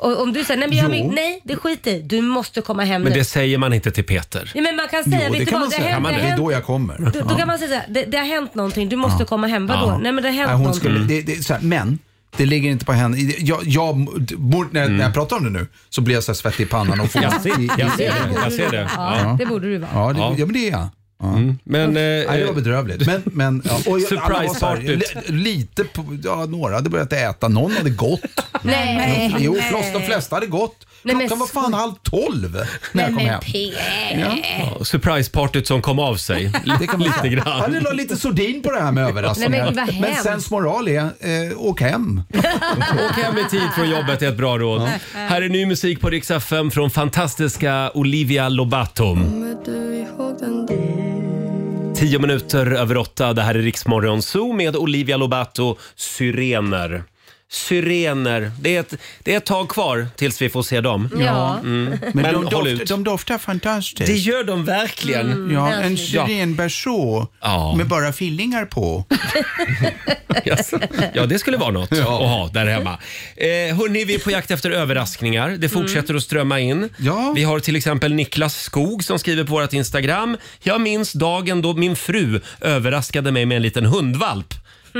B: Och om du säger, nej men jag,
H: Jo.
B: men- nej det skiter i. du måste komma hem
A: Men
B: nu.
A: det säger man inte till Peter.
B: Nej, men man kan säga,
H: Jo,
B: vet
H: det
B: du
H: kan
B: vad,
H: man
B: det har
H: säga.
A: Kan
B: hänt-
A: man
B: det
H: det är
B: har
H: då
B: hänt-
H: jag kommer.
B: då, då kan man säga så här, det, det har hänt någonting, du måste komma hem. Vadå? Nej men det har hänt
H: Nej, hon
B: någonting.
H: skulle, det, det, är så här, men Det ligger inte på henne. Jag, jag, mor- när,
B: Mm.
H: när jag pratar om det nu så blir jag så här svettig i pannan och får...
A: Jag ser, jag ser
B: Det
A: det.
B: borde
A: Jag ser
B: du
A: det.
B: vara.
A: Ja.
B: Ja, det borde du vara.
H: Ja, det,
A: Ja.
H: ja. men det är jag. Ja.
A: Men
H: Nej, det var
A: eh,
H: bedrövligt. Men, men, ja. och jag- alla var så här,
A: Surprise-partyt.
H: li- Lite, på, ja, några hade börjat äta, någon hade gått.
B: Nej,
H: Jo, flest, de flesta hade gått.
B: Nej, men
H: Klockan var fan halv tolv när jag
B: Nej,
H: kom
B: men
H: hem.
B: P-
A: eh, surprise-partyt som kom av sig.
H: Det kan man
A: Lite
H: säga.
A: grann.
H: Han la lite sordin på det här med
B: Nej,
H: överraskningar.
B: men vad hemskt.
H: sens moral är, eh, åk hem.
A: Åk hem i tid från jobbet är ett bra råd. Här är ny musik på Rix FM från fantastiska Olivia Lobato. Tio minuter över åtta. Det här är Riksmorgon Zoo med Olivia Lobato, Syrener. Syrener. Det är, ett, det är ett tag kvar tills vi får se dem. Mm.
B: Ja.
H: Men,
A: Men
H: de,
A: håll
H: doftar,
A: ut.
H: de doftar
A: Det
H: fantastiskt.
A: gör de verkligen.
B: Mm.
H: Ja,
B: verkligen.
H: en syrenberså
A: Ja.
H: med bara fillingar på.
A: Yes. Ja, det skulle vara något att ha där hemma. Eh, hörni, vi är på jakt efter överraskningar. Det fortsätter att strömma in.
H: Ja.
A: Vi har till exempel Niklas Skog som skriver på vårt Instagram. Jag minns dagen då min fru överraskade mig med en liten hundvalp.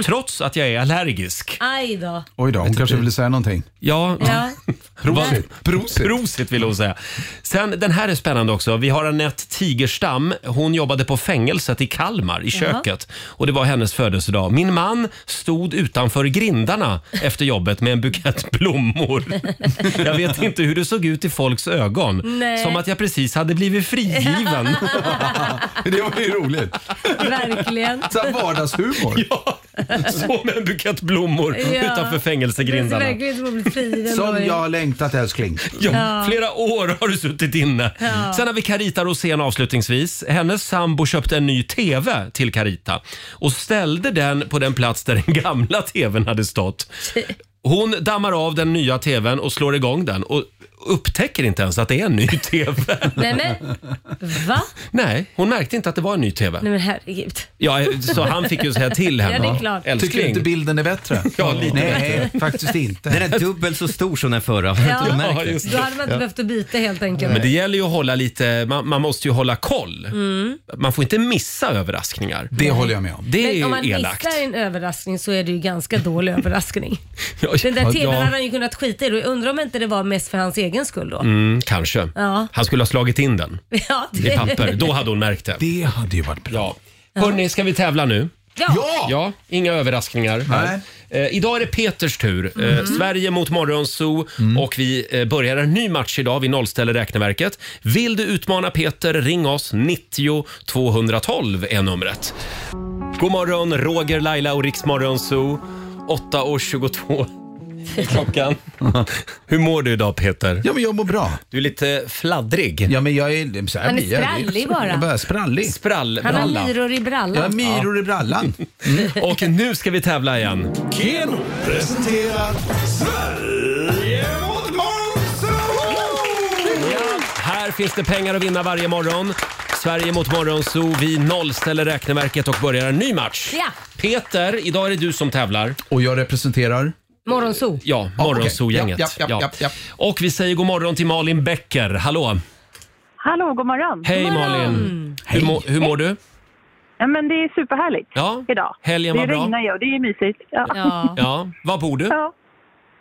A: Trots att jag är allergisk.
B: Aj då.
H: Oj då, hon kanske ville säga någonting.
A: Ja,
B: Ja.
A: Prosit. Prosit. vill hon säga. Sen, den här är spännande också. Vi har Anette Tigerstam. Hon jobbade på fängelset i Kalmar i köket. Och Det var hennes födelsedag. Min man stod utanför grindarna efter jobbet med en bukett blommor. Jag vet inte hur det såg ut i folks ögon.
B: Nej.
A: Som att jag precis hade blivit frigiven.
H: Det var ju roligt.
B: Verkligen.
H: Så här vardagshumor.
A: Ja, så med en bukett blommor
B: Ja.
A: utanför
B: Det ser
A: fängelsegrindarna.
B: verkligen ut som en friven
H: Som
B: varg.
H: jag har längtat älskling.
A: Ja, Flera år har du suttit inne. Sen har vi Carita Rosén avslutningsvis. Hennes sambo köpte en ny TV till Carita och ställde den på den plats där den gamla TVn hade stått. Hon dammar av den nya TVn och slår igång den och upptäcker inte ens att det är en ny TV.
B: Nej men, va?
A: Nej, hon märkte inte att det var en ny TV.
B: Nej men herregud.
A: Ja, så han fick ju säga till henne.
B: Ja, det är klart.
H: Tycker du
A: Älskling.
H: inte bilden är bättre?
A: Ja, lite
H: Nej, faktiskt inte.
F: Den är dubbelt så stor som den förra. Du märker
A: Ja, just det.
B: Då hade man inte behövt att byta helt enkelt.
A: Men det gäller ju att hålla lite, man, man måste ju hålla koll. Man får inte missa överraskningar.
H: Det håller jag med om.
A: Det är
B: Mm. Men
A: ju
B: om man
A: elakt.
B: missar en överraskning så är det ju ganska dålig överraskning.
A: Ja,
B: Den där
A: ja,
B: TVn
A: ja,
B: hade han ju kunnat skita i. Då. Jag undrar om inte det var mest för hans egen skull då.
A: mm, Kanske.
B: Ja.
A: Han skulle ha slagit in den
B: Ja,
A: i papper. Då hade hon märkt det.
H: Det hade ju varit bra.
A: Ja. Hörni, ska vi tävla nu?
B: Ja.
A: Ja, inga överraskningar. Här. Eh, idag är det Peters tur.
B: Mm.
A: Eh, Sverige mot Morgonzoo och vi eh, börjar en ny match idag. Vi nollställer räkneverket. Vill du utmana Peter, ring oss. 90 212 är numret. God morgon, Roger, Laila och Riksmorgonzoo. 8.22 är klockan. Hur mår du idag Peter?
H: Ja, men jag mår bra.
A: Du är lite fladdrig.
B: Mm.
H: Ja, men jag är... Så här
B: Han är
H: blir jag.
B: sprallig bara.
H: Jag är bara sprallig.
A: Sprall,
B: Han har
A: bralla.
B: myror i
H: Jag har
B: brallan.
H: myror i brallan.
A: Och nu ska vi tävla igen.
C: Keno presenterar Sverige mot Monster!
A: Här finns det pengar att vinna varje morgon. Sverige mot Morgonzoo. Vi nollställer räkneverket och börjar en ny match.
B: Ja.
A: Peter, idag är det du som tävlar.
H: Och jag representerar...
B: Morgonzoo.
A: Ja, Morgonzoo-gänget.
H: Ja, ja, ja, ja, ja.
A: Och vi säger god morgon till Malin Bäcker. Hallå!
D: Hallå, god morgon.
A: Hej
B: God morgon.
A: Malin! Hur, mår- hur mår du?
D: Ja, men det är superhärligt
A: Ja,
D: idag.
A: helgen var
D: det
A: bra.
D: regnar ju och det är mysigt. Ja.
B: Ja.
A: Ja, var bor du?
D: Ja.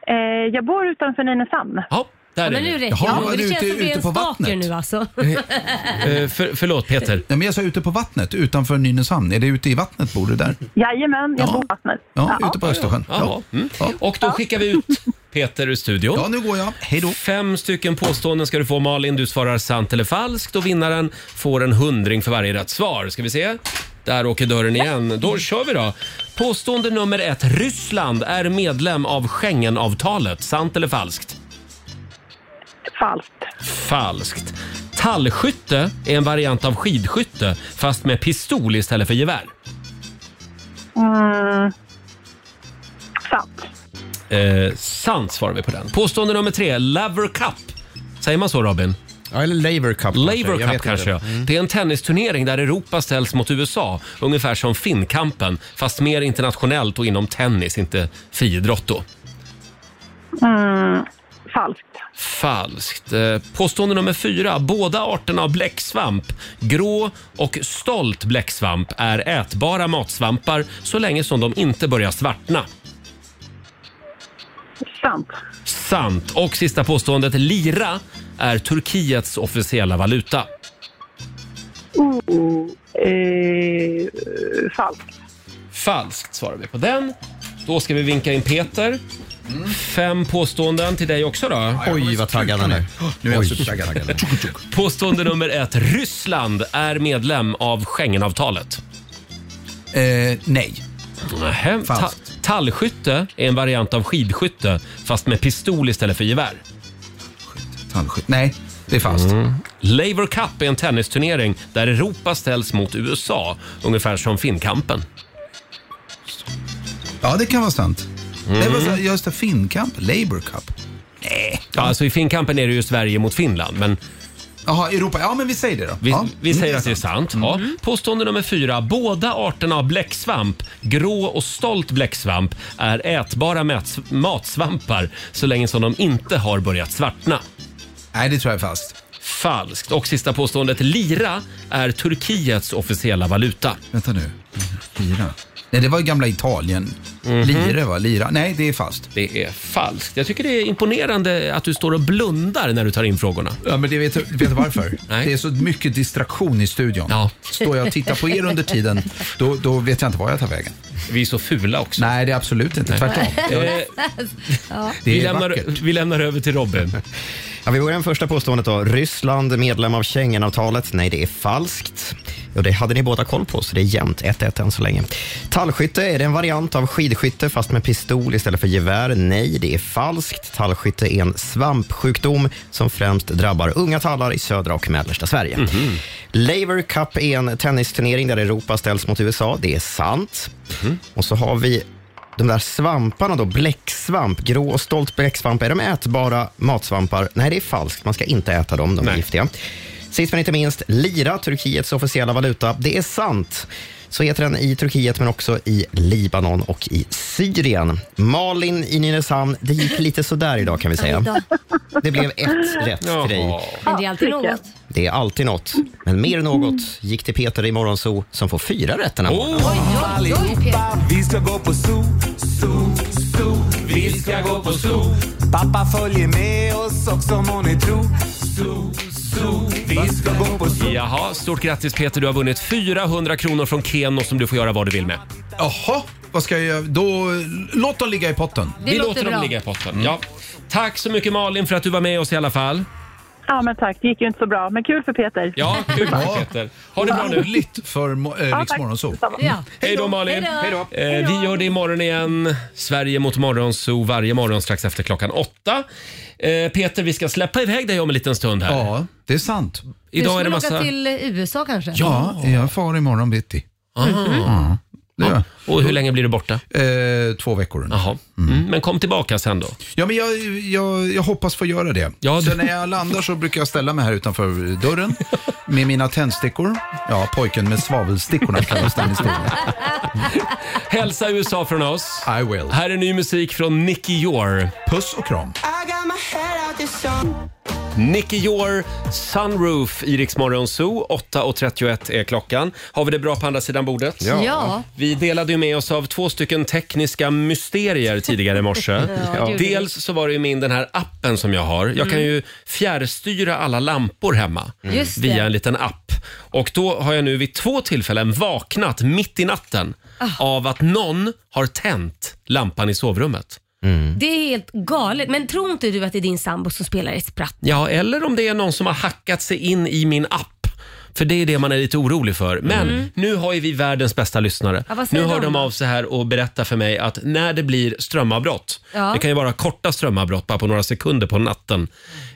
D: Eh, jag bor utanför Nynäshamn.
A: Ja, där
B: Ja,
A: är
B: men nu
A: du.
B: räcker
H: Jaha,
B: det.
H: var
B: Det
H: du
B: känns
H: ute-
B: som det är
H: ute
B: en
H: på
B: staker
H: vattnet?
B: nu alltså.
A: Eh, för, förlåt Peter.
H: Ja, men jag sa ute på vattnet, utanför Nynäshamn. Är det ute i vattnet bor du där?
D: Jajamän, jag
H: Ja.
D: bor på vattnet.
H: Ja, ute på Östersjön.
A: Jaha.
H: Ja.
A: Mm. Och då skickar vi ut Peter ur studion.
H: ja, nu går jag. Hej då.
A: Fem stycken påståenden ska du få Malin. Du svarar sant eller falskt och vinnaren får en hundring för varje rätt svar. Ska vi se? Där åker dörren igen. Då kör vi då. Påstående nummer ett. Ryssland är medlem av Schengenavtalet. Sant eller falskt?
D: Falskt.
A: Falskt. Tallskytte är en variant av skidskytte fast med pistol istället för gevär.
D: Mm. Sant.
A: Eh, sant svarar vi på den. Påstående nummer tre. Laver Cup. Säger man så Robin?
F: Ja, eller Labour Cup kanske.
A: Labour
F: Jag
A: Cup
F: vet
A: kanske.
F: inte. Mm.
A: ja. Det är en tennisturnering där Europa ställs mot USA, ungefär som Finnkampen, fast mer internationellt och inom tennis, inte friidrott då.
D: Mm. Falskt.
A: Falskt. Eh, Påstående nummer fyra. Båda arterna av bläcksvamp, grå och stolt bläcksvamp, är ätbara matsvampar så länge som de inte börjar svartna.
D: Sant.
A: Sant. Och sista påståendet. Lira är Turkiets officiella valuta.
D: Oh, eh, falskt.
A: Falskt svarar vi på den. Då ska vi vinka in Peter. Fem påståenden till dig också då.
F: Oj, vad taggad han är.
H: Nu är jag
F: Oj.
H: supertaggad.
A: Påstående nummer ett. Ryssland är medlem av Schengenavtalet.
H: Eh, nej.
A: Nähä. Ta-
H: Falskt.
A: tallskytte är en variant av skidskytte fast med pistol istället för gevär.
H: Tandskydd. Nej, det är falskt.
A: Laver Cup är en tennisturnering där Europa ställs mot USA, ungefär som Finnkampen.
H: Ja, det kan vara sant. Det var sant. Just det, Finnkamp, Labour Cup.
A: Ja, alltså I Finnkampen är det ju Sverige mot Finland, men
H: Jaha, Europa. Ja, men vi säger det då.
A: vi,
H: ja. Mm.
A: vi säger att det är sant. Ja. Påstående nummer fyra. Båda arterna av bläcksvamp, grå och stolt bläcksvamp, är ätbara mats- matsvampar så länge som de inte har börjat svartna.
H: Nej, det tror jag är falskt.
A: Falskt. Och sista påståendet. Lira är Turkiets officiella valuta.
H: Vänta nu. Lira. Nej, det var ju gamla Italien. Lire, va? Lira. Nej, det är falskt.
A: Det är falskt. Jag tycker det är imponerande att du står och blundar när du tar in frågorna.
H: Ja, men det vet, vet du varför?
A: Nej.
H: Det är så mycket distraktion i studion.
A: Ja.
H: Står jag och tittar på er under tiden, då, då vet jag inte var jag tar vägen.
A: Vi är så fula också.
H: Nej, det är absolut inte. Tvärtom.
A: Eh,
H: Det är
A: vi, lämnar,
H: vackert.
A: vi lämnar över till Robin.
F: Ja, vi börjar med första påståendet då. Ryssland är medlem av Schengenavtalet. Nej, det är falskt. Ja, det hade ni båda koll på, så det är jämnt 1-1 än så länge. Tallskytte, är det en variant av skidskytte fast med pistol istället för gevär? Nej, det är falskt. Tallskytte är en svampsjukdom som främst drabbar unga tallar i södra och mellersta Sverige. Laver Cup är en tennisturnering där Europa ställs mot USA. Det är sant. Och så har vi de där svamparna då, bläcksvamp, grå och stolt bläcksvamp, är de ätbara matsvampar? Nej, det är falskt. Man ska inte äta dem, de är giftiga. Sist men inte minst, lira, Turkiets officiella valuta. Det är sant. Så heter den i Turkiet, men också i Libanon och i Syrien. Malin i Nynäshamn, det gick lite sådär idag kan vi säga. Det blev ett rätt till dig.
B: Men det är alltid något.
F: Det är alltid något, men mer något gick till Peter i Morgonzoo som får fyra rätt den här morgonen.
C: Vi ska gå på zoo, zoo, zoo. Vi ska gå på zoo. Pappa följer med oss också må ni tro. Zoo, zoo. Vi ska gå på zoo.
A: Jaha, stort grattis Peter. Du har vunnit 400 kronor från Keno som du får göra vad du vill med.
H: Jaha, vad ska jag göra? Då, låt dem ligga i potten.
A: Vi, låter dem ligga i potten.
B: Mm.
A: Ja. Tack så mycket Malin för att du var med oss i alla fall.
D: Ja, men tack. Det gick ju inte så bra, men kul för Peter.
A: Ja, kul
H: Ja.
A: Peter. Ha det bra nu.
H: Roligt för mo- eh, Riks Morgonzoo.
B: Ja.
A: Hej då Malin.
B: Hej då.
A: Eh, vi gör det imorgon igen. Sverige mot Morgonzoo varje morgon strax efter klockan åtta. Eh, Peter, vi ska släppa iväg dig om en liten stund här.
H: Ja, det är sant.
B: Du
A: Idag är
B: skulle
A: det
B: åka
A: massa...
B: till USA kanske?
H: Ja, jag far imorgon bitti. Ja, det gör jag.
A: Och hur länge blir du borta?
H: Eh, två veckor. ungefär.
A: Jaha. Mm. Men kom tillbaka sen då.
H: Ja, men jag, jag, jag hoppas få göra det.
A: Ja,
H: så
A: du-
H: när jag landar så brukar jag ställa mig här utanför dörren med mina tändstickor. Ja, pojken med svavelstickorna kallas den historien.
A: Hälsa USA från oss.
H: I will.
A: Här är ny musik från Nicky Jor.
H: Puss och kram.
A: Nicky Jor, Sunroof, i Rix Morgon Zoo. 8.31 är klockan. Har vi det bra på andra sidan bordet?
B: Ja.
A: Vi delade ju med oss av två stycken tekniska mysterier tidigare i morse.
B: det gjorde Mm.
A: Dels så var det ju min den här appen som jag har. Jag kan ju fjärrstyra alla lampor hemma
B: Just det.
A: via en liten app. Och då har jag nu vid två tillfällen vaknat mitt i natten
B: Ah.
A: av att någon har tänt lampan i sovrummet.
B: Det är helt galet. Men tror inte du att det är din sambo som spelar ett spratt?
A: Ja, eller om det är någon som har hackat sig in i min app. För det är det man är lite orolig för. Men nu har ju vi världens bästa lyssnare.
B: Mm. Ja, vad
A: nu
B: säger
A: hör
B: de
A: de
B: då?
A: av sig här och berättar för mig att när det blir strömavbrott,
B: Ja.
A: det kan ju vara korta strömavbrott, bara på några sekunder på natten.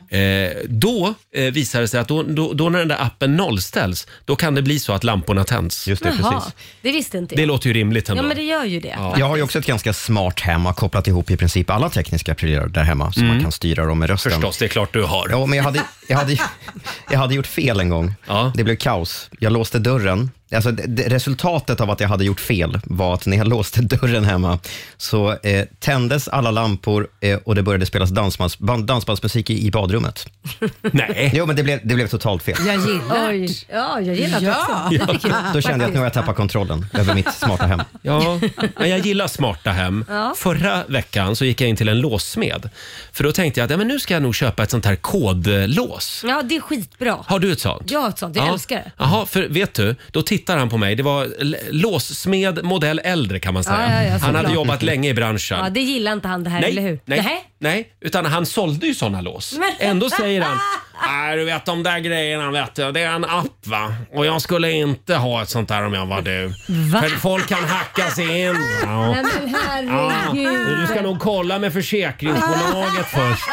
A: Eh, då eh, visar det sig att då, då, då när den där appen nollställs, då kan det bli så att lamporna tänds.
F: Just det,
B: Jaha,
F: precis.
B: det visste inte
A: Det
B: jag.
A: låter ju rimligt ändå.
B: Ja, men det gör ju det.
A: Ja.
F: Jag har ju också ett ganska smart hem och har kopplat ihop i princip alla tekniska prylar där hemma så man kan styra dem med rösten.
A: Mm. Förstås, det är klart du har.
F: Ja, men jag hade, jag, hade, jag hade gjort fel en gång.
A: Ja.
F: Det blev kaos. Jag låste dörren Alltså, det- det- resultatet av att jag hade gjort fel var att när jag låste dörren hemma så eh, tändes alla lampor eh, och det började spelas dansbands, ban- dansbandsmusik i, i badrummet.
A: Nej.
F: Jo, men det blev, det blev totalt fel.
E: Jag gillar det.
B: Oj. Ja, jag gillar det
E: Ja.
B: också.
F: Då kände jag att nu har jag tappat kontrollen över mitt smarta hem.
A: Ja, men jag gillar smarta hem. Förra veckan så gick jag in till en låssmed. För då tänkte jag att ja, men nu ska jag nog köpa ett sånt här kodlås.
B: Ja, det är skitbra.
A: Har du ett sånt?
B: Jag har ett sånt, jag älskar det.
A: Jaha, för vet du, då tittar han på mig. Det var l- låssmed modell äldre kan man säga.
B: Ja, ja, ja,
A: han hade
B: såklart.
A: jobbat länge i branschen.
B: Ja, det gillar inte han det här, eller hur?
A: nej,
B: Nähä?
A: nej, utan han sålde ju såna lås.
B: Men-
A: Ändå säger han Nej du vet de där grejerna vet du, det är en app va. Och jag skulle inte ha ett sånt där om jag var du. För folk kan hacka sig in. Ja.
B: Nej men herregud.
A: Ah. Du ska nog kolla med försäkringsbolaget först.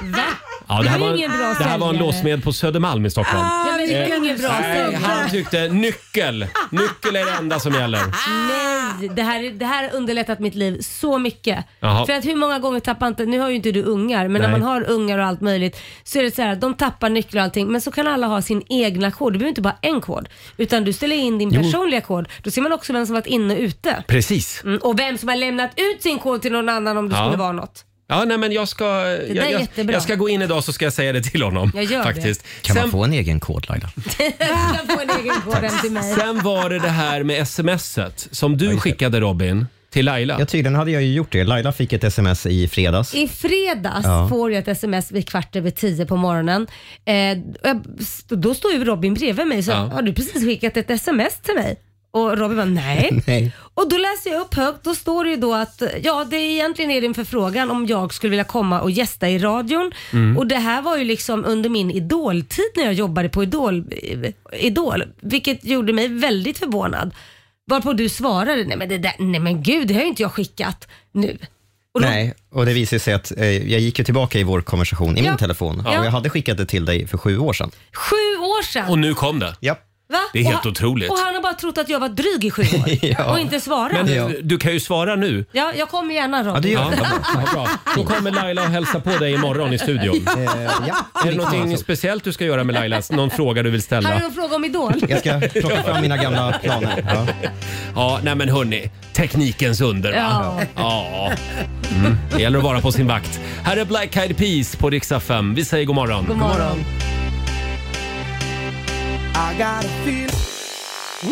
A: Ja, det, här
B: Ah. Det är
A: var,
B: ingen bra
A: det här var en
B: säljare.
A: låssmed på Södermalm i Stockholm.
B: Nej, men det är ingen bra
A: Eh, Nej,
B: säljare.
A: han tyckte nyckel. Nyckel är det enda som gäller.
B: Nej, det här, det här har underlättat mitt liv så mycket.
A: Jaha.
B: För att hur många gånger tappar inte, nu har ju inte du ungar, men när
A: Nej.
B: man har ungar och allt möjligt så är det så här att de tappar nycklar och allting, men så kan alla ha sin egna kod. Du behöver inte bara en kod, utan du ställer in din personliga kod. Då ser man också vem som varit inne och ute.
A: Precis.
B: Mm, och vem som har lämnat ut sin kod till någon annan om det
A: Ja.
B: skulle vara något.
A: Ja, nej, men jag ska,
B: där
A: jag,
B: är
A: jag,
B: jättebra.
A: jag ska gå in idag så ska jag säga det till honom.
B: Jag gör det.
A: faktiskt.
F: Kan
A: Sen,
F: man få en egen kod, Laila?
B: Du kan få en egen kod hem till mig.
A: sen var det det här med smset som du skickade Robin till Laila.
F: Ja, tydligen hade jag ju gjort det. Laila fick ett sms i fredags.
B: I fredags
F: Ja.
B: får jag ett sms vid kvart över tio på morgonen. Eh, och jag, då står ju Robin bredvid mig och säger,
A: Ja.
B: har du precis skickat ett sms till mig? Och Robin bara, nej.
F: Nej.
B: Och då läser jag upp högt, då står det ju då att ja, det är egentligen är det en förfrågan om jag skulle vilja komma och gästa i radion.
A: Mm.
B: Och det här var ju liksom under min idoltid när jag jobbade på Idol, eh, Idol vilket gjorde mig väldigt förvånad. Varpå du svarade, nej men, det där, nej men gud, det har ju inte jag skickat nu. Och då-
F: Nej, och det visade sig att eh, jag gick ju tillbaka i vår konversation i
B: Ja.
F: min telefon
B: Ja.
F: och jag hade skickat det till dig för sju år sedan.
B: Sju år sedan!
A: Och nu kom det.
F: Ja.
B: Va?
A: Det är helt
B: och han,
A: otroligt.
B: Och han har bara trott att jag var dryg i sju år
F: Ja.
B: och inte svarat.
A: Men du, du kan ju svara nu.
B: Ja, jag kommer gärna Robin.
F: Ja, det gör
A: Ja,
F: jag.
A: vad bra. Då kommer Laila och hälsa på dig imorgon i studion.
F: Eh, ja.
A: Är det någonting speciellt du ska göra med Laila? Någon fråga du vill
B: Här
A: ställa?
B: är en fråga om Idol.
F: Jag ska plocka fram mina gamla planer. Ja.
A: Ja, nej men hörni. Teknikens under va?
B: Ja.
A: Ja. Mm. Det gäller att vara på sin vakt. Här är Black Eyed Peas på riksdag 5. Vi säger god morgon.
B: God morgon.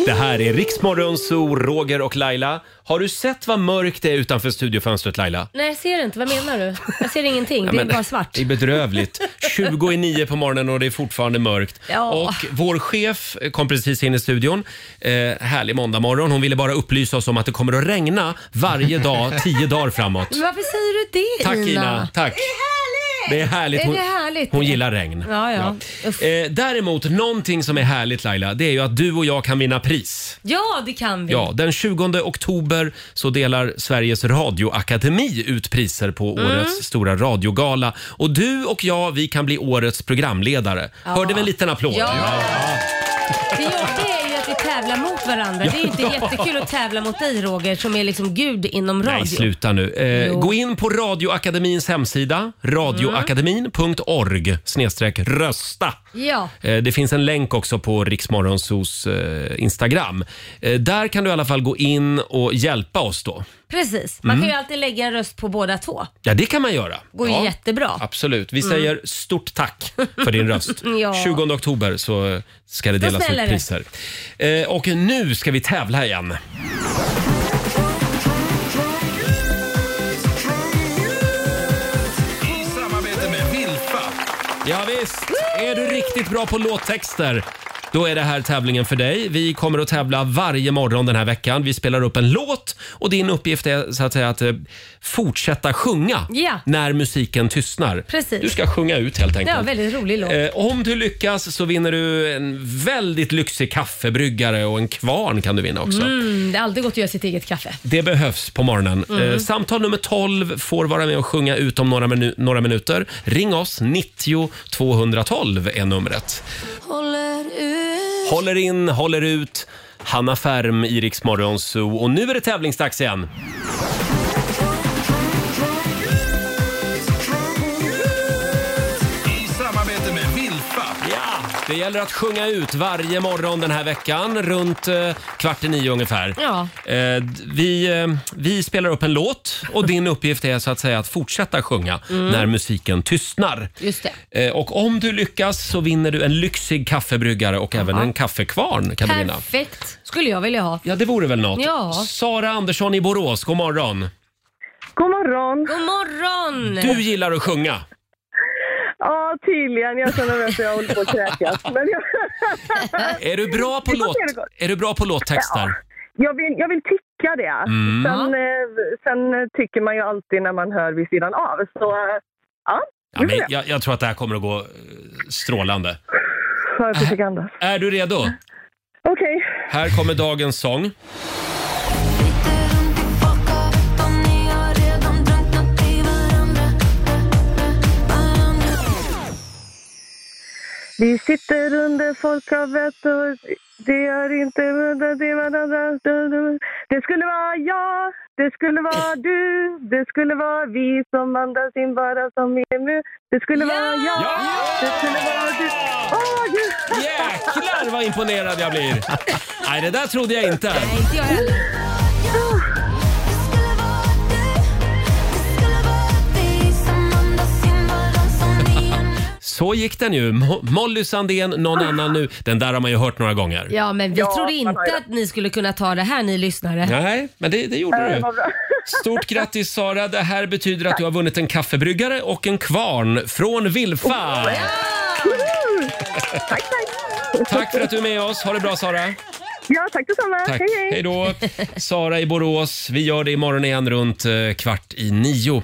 A: Det här är Riksmorgon, Zoo, Roger och Laila. Har du sett vad mörkt det är utanför studiofönstret Laila?
B: Nej, jag ser inte. Vad menar du? Jag ser ingenting.
A: Ja,
B: det är
A: men-
B: bara svart.
A: Det är bedrövligt. 20 i 9 på morgonen och det är fortfarande mörkt.
B: Ja.
A: Och vår chef kom precis in i studion. Eh, härlig måndag morgon. Hon ville bara upplysa oss om att det kommer att regna varje dag 10 dagar framåt.
B: Men varför säger du det
A: Tack Ina. Tack. Det är härligt.
B: Är
A: Hon,
B: det härligt?
A: hon gillar regn.
B: Ja, ja. Uff.
A: Eh, däremot, någonting som är härligt Laila, det är ju att du och jag kan vinna pris.
B: Ja, det kan vi.
A: Ja, den 20 oktober så delar Sveriges radioakademi ut priser på
B: Mm.
A: årets stora radiogala. Och du och jag, vi kan bli årets programledare. Hörde vi en liten applåd?
B: Ja. Det jobbiga är ju att vi tävlar mot varandra. Det är ju inte jättekul att tävla mot dig Roger som är liksom gud inom radio.
A: Nej, sluta nu. Eh,
B: Jo.
A: gå in på Radioakademins hemsida, radioakademin.org snedstreck rösta.
B: Ja.
A: Eh, Det finns en länk också på Riksmorgonsos Instagram. Eh, Där kan du i alla fall gå in och hjälpa oss då.
B: Precis.
A: Mm.
B: Man kan ju alltid lägga en röst på båda två.
A: Ja, det kan man göra.
B: Går ju
A: ja.
B: jättebra. Mm.
A: Absolut. Vi säger stort tack för din röst.
B: Ja.
A: 20 oktober så ska det
B: Då
A: delas
B: smäller
A: ut
B: det.
A: priser. Eh, och nu ska vi tävla igen.
H: I samarbete med Vilfa.
A: Ja, visst. Är du riktigt bra på låttexter? Då är det här tävlingen för dig. Vi kommer att tävla varje morgon den här veckan. Vi spelar upp en låt och din uppgift är så att, säga, att eh, fortsätta sjunga
B: Ja.
A: när musiken tystnar.
B: Precis.
A: Du ska sjunga ut helt
B: Det
A: enkelt.
B: var en väldigt rolig låt.
A: Eh, om du lyckas så vinner du en väldigt lyxig kaffebryggare och en kvarn kan du vinna också.
B: Mm, det har aldrig gått att göra sitt eget kaffe.
A: Det behövs på morgonen. Eh, samtal nummer 12 får vara med och sjunga ut om några, minu- några minuter. Ring oss, 90 212 är numret. Håller in, håller ut. Hanna Färm i Rix Morgon Zoo. Och nu är det tävlingsdags igen.
H: I samarbete med Vilfa.
A: Ja! Det gäller att sjunga ut varje morgon den här veckan, runt eh, kvart i nio ungefär.
B: Ja.
A: Eh, d- vi, eh, vi spelar upp en låt och din uppgift är så att säga att fortsätta sjunga
B: Mm.
A: när musiken tystnar.
B: Just det.
A: Eh, och om du lyckas så vinner du en lyxig kaffebryggare och även en kaffekvarn kan du vinna.
B: Perfekt skulle jag vilja ha.
A: Ja, det vore väl något.
B: Ja.
A: Sara Andersson i Borås, god morgon.
D: God morgon.
B: God morgon.
A: Du gillar att sjunga.
D: Ja, tydligen. Jag känner att jag håller på att kräkas. Men jag...
A: Är du bra på,
D: Vi får
A: låt,
D: se hur det går.
A: är du bra på låttexter?
D: Jag vill, jag vill tycka det.
A: Mm.
D: Sen, eh, sen tycker man ju alltid när man hör vid sidan av. Så eh, ja,
A: Ja, men jag, jag tror att det här kommer att gå eh, strålande.
D: för att jag fick andas.
A: Är du redo?
D: Okej.
A: Här kommer dagens sång.
D: Vi sitter under folkhavet och det gör inte det varandra. Det skulle vara jag, det skulle vara du, det skulle vara vi som andas in bara som EMU. Det skulle vara jag, det skulle vara du. Åh, Gud!
A: Jäklar vad imponerad jag blir! Nej, det där trodde jag inte.
B: Inte jag heller.
A: Så gick den ju. Mo- Molly Sandén, någon annan nu. Den där har man ju hört några gånger.
B: Ja, men vi trodde inte att ni skulle kunna ta det här ni lyssnare.
A: Nej, men det, det gjorde du.
B: vad
A: Stort grattis Sara. Det här betyder att du har vunnit en kaffebryggare och en kvarn från Vilfa.
D: Tack, tack.
A: Tack för att du är med oss. Ha det bra Sara.
D: Ja, tack detsamma.
A: Tack.
D: Hej, hej.
A: Hej då. Sara i Borås. Vi gör det imorgon igen runt eh, kvart i nio.